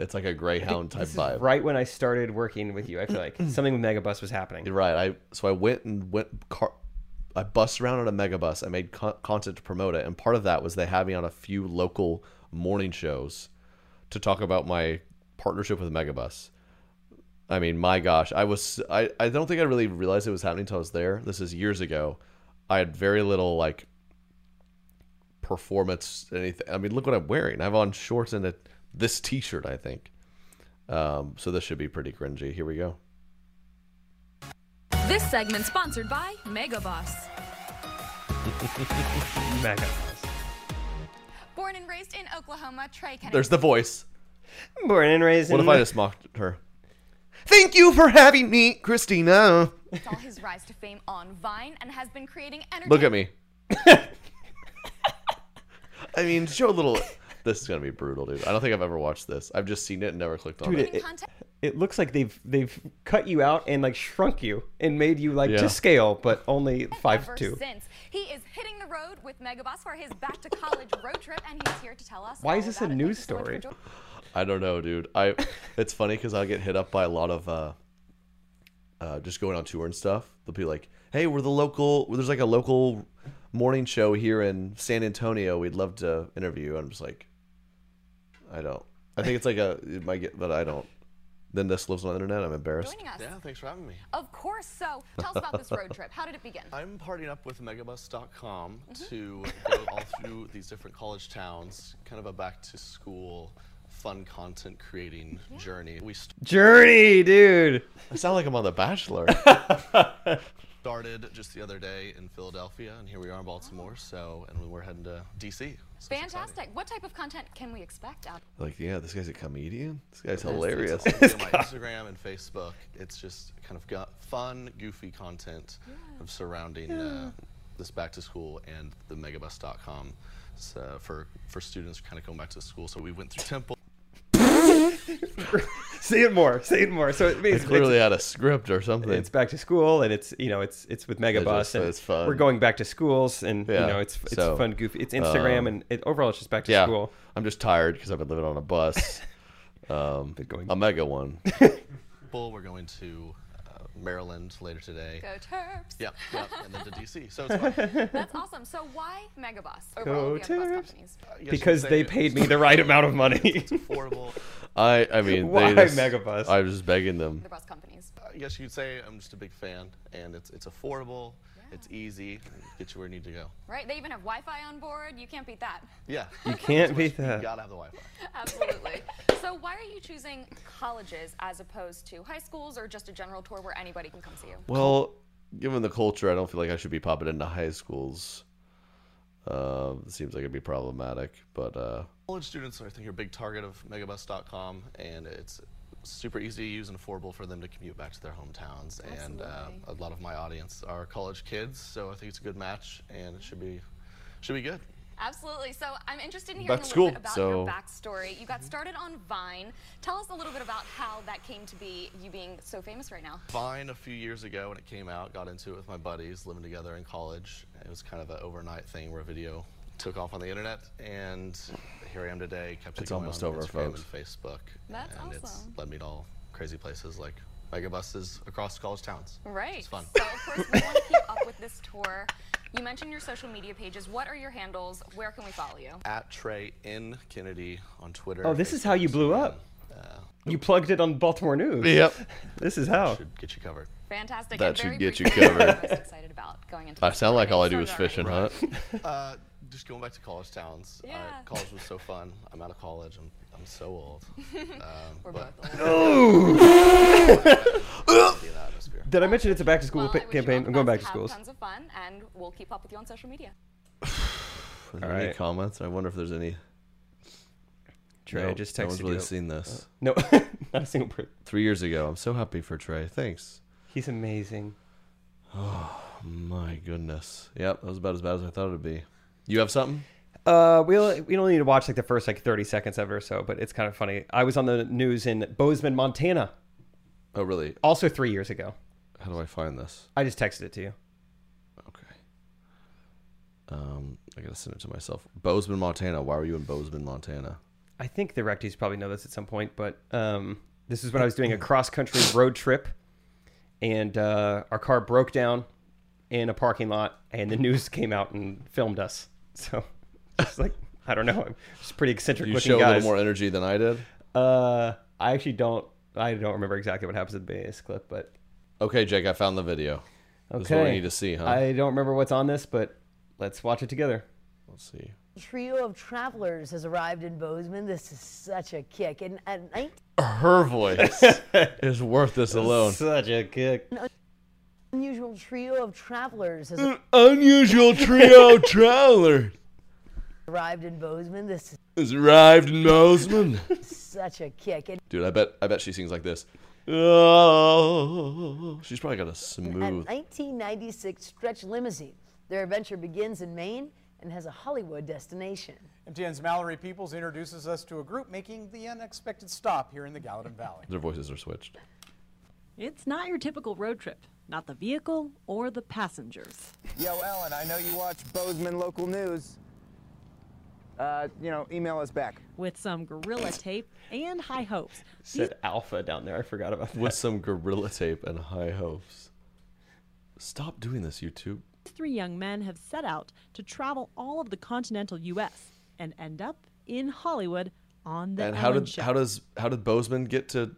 S1: It's like a Greyhound type
S2: This is
S1: vibe.
S2: right when I started working with you, I feel like
S1: [CLEARS THROAT]
S2: something with Megabus was happening.
S1: You're right. I so I went and went car. I bussed around on a megabus. I made con- content to promote it, and part of that was they had me on a few local morning shows to talk about my partnership with Megabus. I mean, my gosh, I was I, I don't think I really realized it was happening until I was there. This is years ago. I had very little like performance anything. I mean, look what I'm wearing. I have on shorts and a this t-shirt, I think. Um, so this should be pretty cringy. Here we go.
S9: This segment sponsored by Megaboss.
S2: Megabus.
S9: Born and raised in Oklahoma, Trey Kennedy.
S1: There's the voice.
S2: Born and raised.
S1: What
S2: in
S1: if I just mocked her? Thank you for having me, Christina.
S9: all his rise to fame on Vine and has been creating entertainment.
S1: Look at [LAUGHS] me. I mean, show a little. This is gonna be brutal, dude. I don't think I've ever watched this. I've just seen it and never clicked on
S2: Dude,
S1: it.
S2: it, it looks like they've they've cut you out and like shrunk you and made you like
S1: Yeah.
S2: to scale, but only five
S9: Ever
S2: two.
S9: since he is hitting the road with Megaboss for his back to college road trip, and he's here to tell us.
S2: Why is
S9: all
S2: this a
S9: about it. Thank
S2: news
S9: you so much
S2: story?
S9: for joining-
S1: I don't know, dude.
S9: [LAUGHS]
S1: I. It's funny because I get hit up by a lot of uh, uh, just going on tour and stuff. They'll be like, "Hey, we're the local. There's like a local morning show here in San Antonio. We'd love to interview." I'm just like, I don't. I think it's like a. It might get, but I don't. Then this lives on the internet. I'm embarrassed.
S9: Joining us,
S7: Yeah, thanks for having me.
S9: of course. So, tell us about this road trip. How did it begin?
S7: I'm partnering up with Megabus.com
S9: Mm-hmm. [LAUGHS]
S7: to go all through these different college towns, kind of a back to school, fun content creating journey. We
S2: Journey, dude.
S1: I sound like I'm on The Bachelor.
S7: started just the other day in Philadelphia, and here we are in Baltimore. So, and we're heading to DC. So it's
S9: Fantastic. What type of content can we expect out?
S1: like, yeah, this guy's a comedian. This guy's
S7: It's
S1: hilarious.
S7: on my Instagram and Facebook. It's just kind of got fun, goofy content of surrounding uh, this back to school and the megabus.com so uh, for for students kind of going back to school. So we went through Temple.
S2: Say it more. Say it more. So it means
S1: They clearly had a script or something.
S2: it's back to school and it's you know it's it's with megabus
S1: just-
S2: and
S1: it's fun.
S2: we're going back to schools and
S1: Yeah,
S2: you know it's it's
S1: so, um,
S2: fun goofy it's instagram and it, overall it's just back to
S1: yeah,
S2: school
S1: I'm just tired because I've been living on a bus,
S2: Been going
S1: a mega
S2: [LAUGHS]
S1: one.
S7: We're going to uh, Maryland later today.
S9: Go Terps.
S7: Yeah, yeah, and then to DC. So it's fun.
S9: That's awesome. So why Megaboss over all of the
S2: Go
S9: other bus
S2: Terps.
S9: companies?
S2: because they paid me the right amount of [LAUGHS] money
S7: [LAUGHS] Affordable.
S1: I I mean,
S2: Why
S1: they just,
S2: Megabus?
S1: I was just begging them.
S9: The bus companies.
S7: I guess you'd say I'm just a big fan, and it's it's affordable, it's easy, get you where you need to go.
S9: Right? They even have Wi-Fi on board. You can't beat that.
S7: Yeah,
S2: you can't beat
S7: you
S2: that
S7: gotta have the Wi-Fi.
S9: Absolutely. so why are you choosing colleges as opposed to high schools or just a general tour where anybody can come see you?
S1: Well, given the culture, I don't feel like I should be popping into high schools. Uh, it seems like it'd be problematic, but uh,
S7: College students, I think, are a big target of megabus.com, and it's
S10: super easy to use and affordable for them to commute back to their hometowns. And uh, a lot of my audience are college kids, so I think it's a good match, and it should be should be good.
S9: Absolutely. So I'm interested in
S10: Back
S9: hearing
S10: to
S9: a
S10: school,
S9: little bit about
S10: so-
S9: your backstory. You
S1: Mm-hmm.
S9: got started on Vine. Tell us a little bit about how that came to be, you being so famous right now.
S10: Vine a few years ago when it came out, got into it with my buddies living together in college. It was kind of an overnight thing where video took off on the internet, and here I am today. Kept
S11: It's
S10: it going
S11: almost
S10: on
S11: over,
S10: Instagram
S11: folks.
S10: and Facebook,
S9: That's
S10: and it's
S9: awesome.
S10: led me to all crazy places like megabuses across college towns.
S9: Right.
S10: It's fun.
S9: So of course we want to keep up with this tour. You mentioned your social media pages. What are your handles? Where can we follow you?
S10: At Trey N Kennedy on Twitter.
S2: Oh, this is how you blew up. You plugged it on Baltimore News.
S10: Yep.
S2: [LAUGHS] This is how.
S10: should get you covered.
S9: Fantastic.
S1: That
S9: and very
S1: should get you
S9: briefly, what
S1: covered.
S9: are you most excited about going into
S1: I
S9: this
S1: sound
S9: tour?
S1: like all I do
S9: Sounds
S1: is
S9: alright.
S1: fish and
S10: [LAUGHS]
S1: hunt.
S10: uh, just going back to college towns.
S9: Yeah.
S10: Uh, college was so fun. I'm out of college. I'm, I'm so old. Um,
S9: We're
S10: but-
S9: both
S2: old.
S10: No! Be in that atmosphere.
S2: Did I mention it's a back to school
S9: Well, I wish you
S2: campaign?
S9: all
S2: I'm
S9: the
S2: going
S9: best.
S2: back to
S9: Have
S2: schools.
S9: Tons of fun, and we'll keep up with you on social media.
S1: Are there any
S2: right.
S1: comments? I wonder if there's any.
S2: Trey, I
S1: Nope,
S2: just
S1: No one's
S2: texted
S1: really
S2: you. Uh,
S1: seen this.
S2: No, [LAUGHS] not a single person.
S1: Three years ago. I'm so happy for Trey. Thanks.
S2: He's amazing.
S1: Oh my goodness. Yep, that was about as bad as I thought it'd be. You have something?
S2: Uh, we only, we only need to watch like the first like 30 seconds of it or so, but it's kind of funny. I was on the news in Bozeman, Montana.
S1: Oh, really?
S2: Also three years ago.
S1: How do I find this?
S2: I just texted it to you.
S1: Um, I gotta send it to myself. Bozeman, Montana. Why were you in Bozeman, Montana?
S2: I think the recties probably know this at some point, but um, this is when I was
S1: Mm.
S2: doing a cross country road trip, and uh, our car broke down in a parking lot, and the news came out and filmed us. [LAUGHS] So, it's like I don't know, I'm just pretty eccentric
S1: You
S2: looking
S1: show a little
S2: guys.
S1: more energy than I did.
S2: Uh, I actually don't. I don't remember exactly what happens at the base clip, but
S1: Okay, Jake, I found the video.
S2: okay.
S1: This is what we need to see, huh?
S2: I don't remember what's on this, but let's watch it together.
S1: Let's see.
S7: trio of travelers has arrived in Bozeman. This is such a kick. And at 19,
S1: Her voice [LAUGHS] is worth this alone.
S2: Such a kick.
S7: an unusual trio of travelers has
S1: Unusual [LAUGHS] trio traveler
S7: arrived in Bozeman. This
S1: has arrived in Bozeman.
S7: is such a kick. And
S1: Dude, I bet I bet she sings like this. Oh, she's probably got a
S7: at
S1: smooth.
S7: 1996 stretch limousine, their adventure begins in Maine and has a Hollywood destination.
S12: MTN's Mallory Peoples introduces us to a group making the unexpected stop here in the Gallatin Valley.
S1: Their voices are switched.
S13: It's not your typical road trip, not the vehicle or the passengers.
S8: Yo, Ellen, I know you watch Bozeman local news. Uh, you know, email us back.
S13: With
S1: [COUGHS]
S13: some gorilla tape and high hopes,
S2: Said alpha down there. I forgot about that.
S1: With some gorilla tape and high hopes. Stop doing this, YouTube.
S13: these three young men have set out to travel all of the continental U.S. and end up in Hollywood on the
S1: and
S13: Ellen
S1: how did
S13: Show.
S1: how does how did Bozeman get to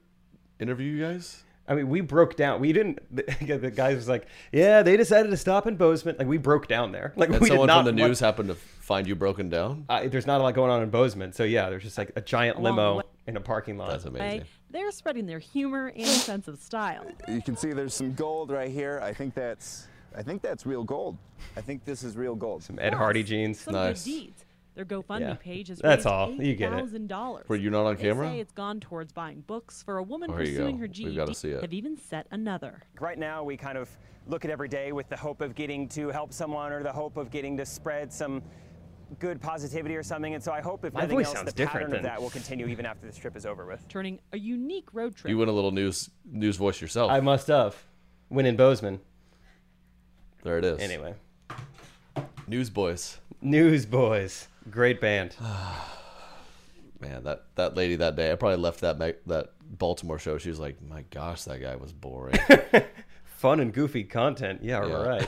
S1: interview you
S2: [LAUGHS]
S1: guys?
S2: I mean, we broke down. We didn't. The, [LAUGHS] the guys was like, "Yeah, they decided to stop in Bozeman." Like we broke down there. Like
S1: and
S2: we
S1: someone
S2: did not
S1: from the
S2: want-
S1: news happened to find you broken down.
S2: Uh, there's not a lot going on in Bozeman, so yeah, there's just like a giant
S13: Along the
S2: limo
S13: way.
S2: in a parking lot. That's
S13: Way, They're spreading their humor
S8: [LAUGHS]
S13: and sense of style.
S8: You can see there's some gold right here. I think that's, I think that's real gold. I think this is real gold. Some
S2: Ed Hardy jeans.
S13: Some good deeds. Their GoFundMe
S1: Yeah.
S13: page has
S1: That's
S13: raised
S1: all. You get it.
S13: $8,000.
S1: Were you not on
S13: They
S1: camera?
S13: say it's gone towards buying books for a woman
S1: There you
S13: pursuing
S1: go.
S13: her
S1: We've
S13: GED.
S1: gotta see it.
S13: Have even set another.
S14: Right now, we kind of look at every day with the hope of getting to help someone or the hope of getting to spread some good positivity or something. And so I hope, if
S1: My
S14: nothing
S1: voice
S14: else,
S1: sounds
S14: the
S1: different
S14: pattern of
S1: than-
S14: that will continue even after this trip is over with.
S13: Turning a unique road trip.
S1: You went a little news news voice yourself.
S2: I must have when in Bozeman.
S1: there it is.
S2: Anyway,
S1: Newsboys.
S2: Newsboys,
S1: [SIGHS]
S2: great band.
S1: Man, that that lady that day, I probably left that ma- that Baltimore show. She was like, "My gosh, that guy was boring."
S2: Fun and goofy content. Yeah,
S1: Yeah.
S2: right.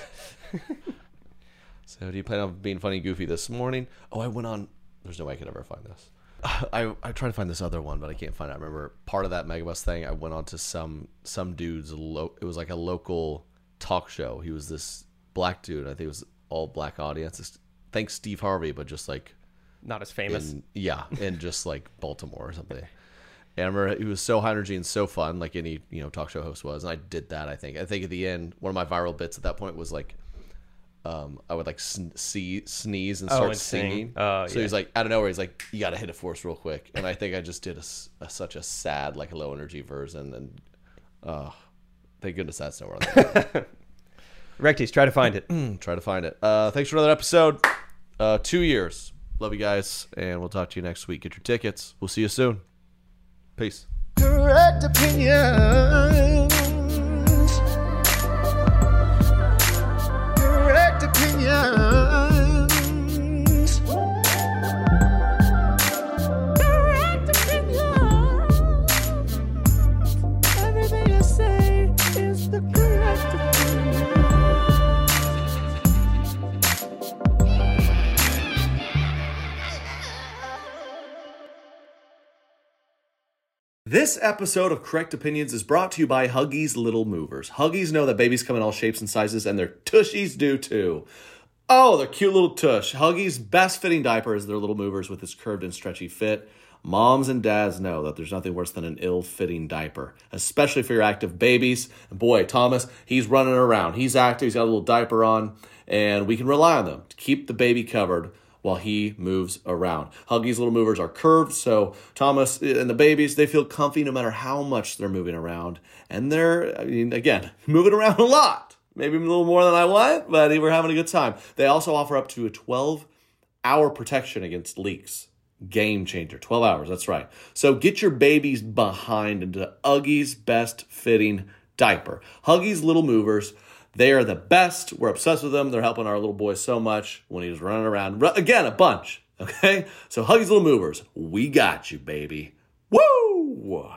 S1: so, do you plan on being funny and goofy this morning? Oh, I went on. There's no way I could ever find this. [SIGHS] I I tried to find this other one, but I can't find it. I remember part of that Megabus thing. I went on to some some dude's. Lo- it was like a local talk show. He was this black dude. I think it was all black audience. It's- Think Steve Harvey, but just like
S2: Not as famous.
S1: in- yeah, in just like Baltimore or something. And I remember he was so high energy and so fun, like any you know talk show host was. And I did that. I think. I think at the end, one of my viral bits at that point was like,
S15: um, I would like sn- see, sneeze and
S2: Oh,
S15: start
S2: and sing.
S15: singing.
S2: Oh,
S15: so
S2: yeah.
S15: he's like, out of nowhere, he's like, you got to hit a force real quick. And I think I just did a s a such a sad, like low energy version. And uh, thank goodness that's nowhere on the
S2: Rectis, try to find
S15: it. try to find it. Uh, thanks for another episode. Uh, two years. Love you guys. And we'll talk to you next week. Get your tickets. We'll see you soon. Peace.
S4: correct opinions. Correct opinions. Correct opinions. Everything I say is the correct opinion.
S1: This episode of Correct Opinions is brought to you by Huggies Little Movers. Huggies know that babies come in all shapes and sizes, and their tushies do too. Oh, their cute little tush. Huggies' best fitting diaper is their little movers with its curved and stretchy fit. Moms and dads know that there's nothing worse than an ill fitting diaper, especially for your active babies. And boy, Thomas, he's running around. He's active, he's got a little diaper on, and we can rely on them to keep the baby covered while he moves around. Huggies little movers are curved, so Thomas and the babies they feel comfy no matter how much they're moving around, and they're I mean again [LAUGHS] moving around a lot, maybe a little more than I want, but we're having a good time. They also offer up to a twelve hour protection against leaks. Game changer, 12 hours, that's right. So get your babies behind into Huggies' best fitting diaper. Huggies Little Movers, they are the best. We're obsessed with them. They're helping our little boy so much when he was running around. Ru- again, a bunch, okay? So Huggies Little Movers, we got you, baby. Woo!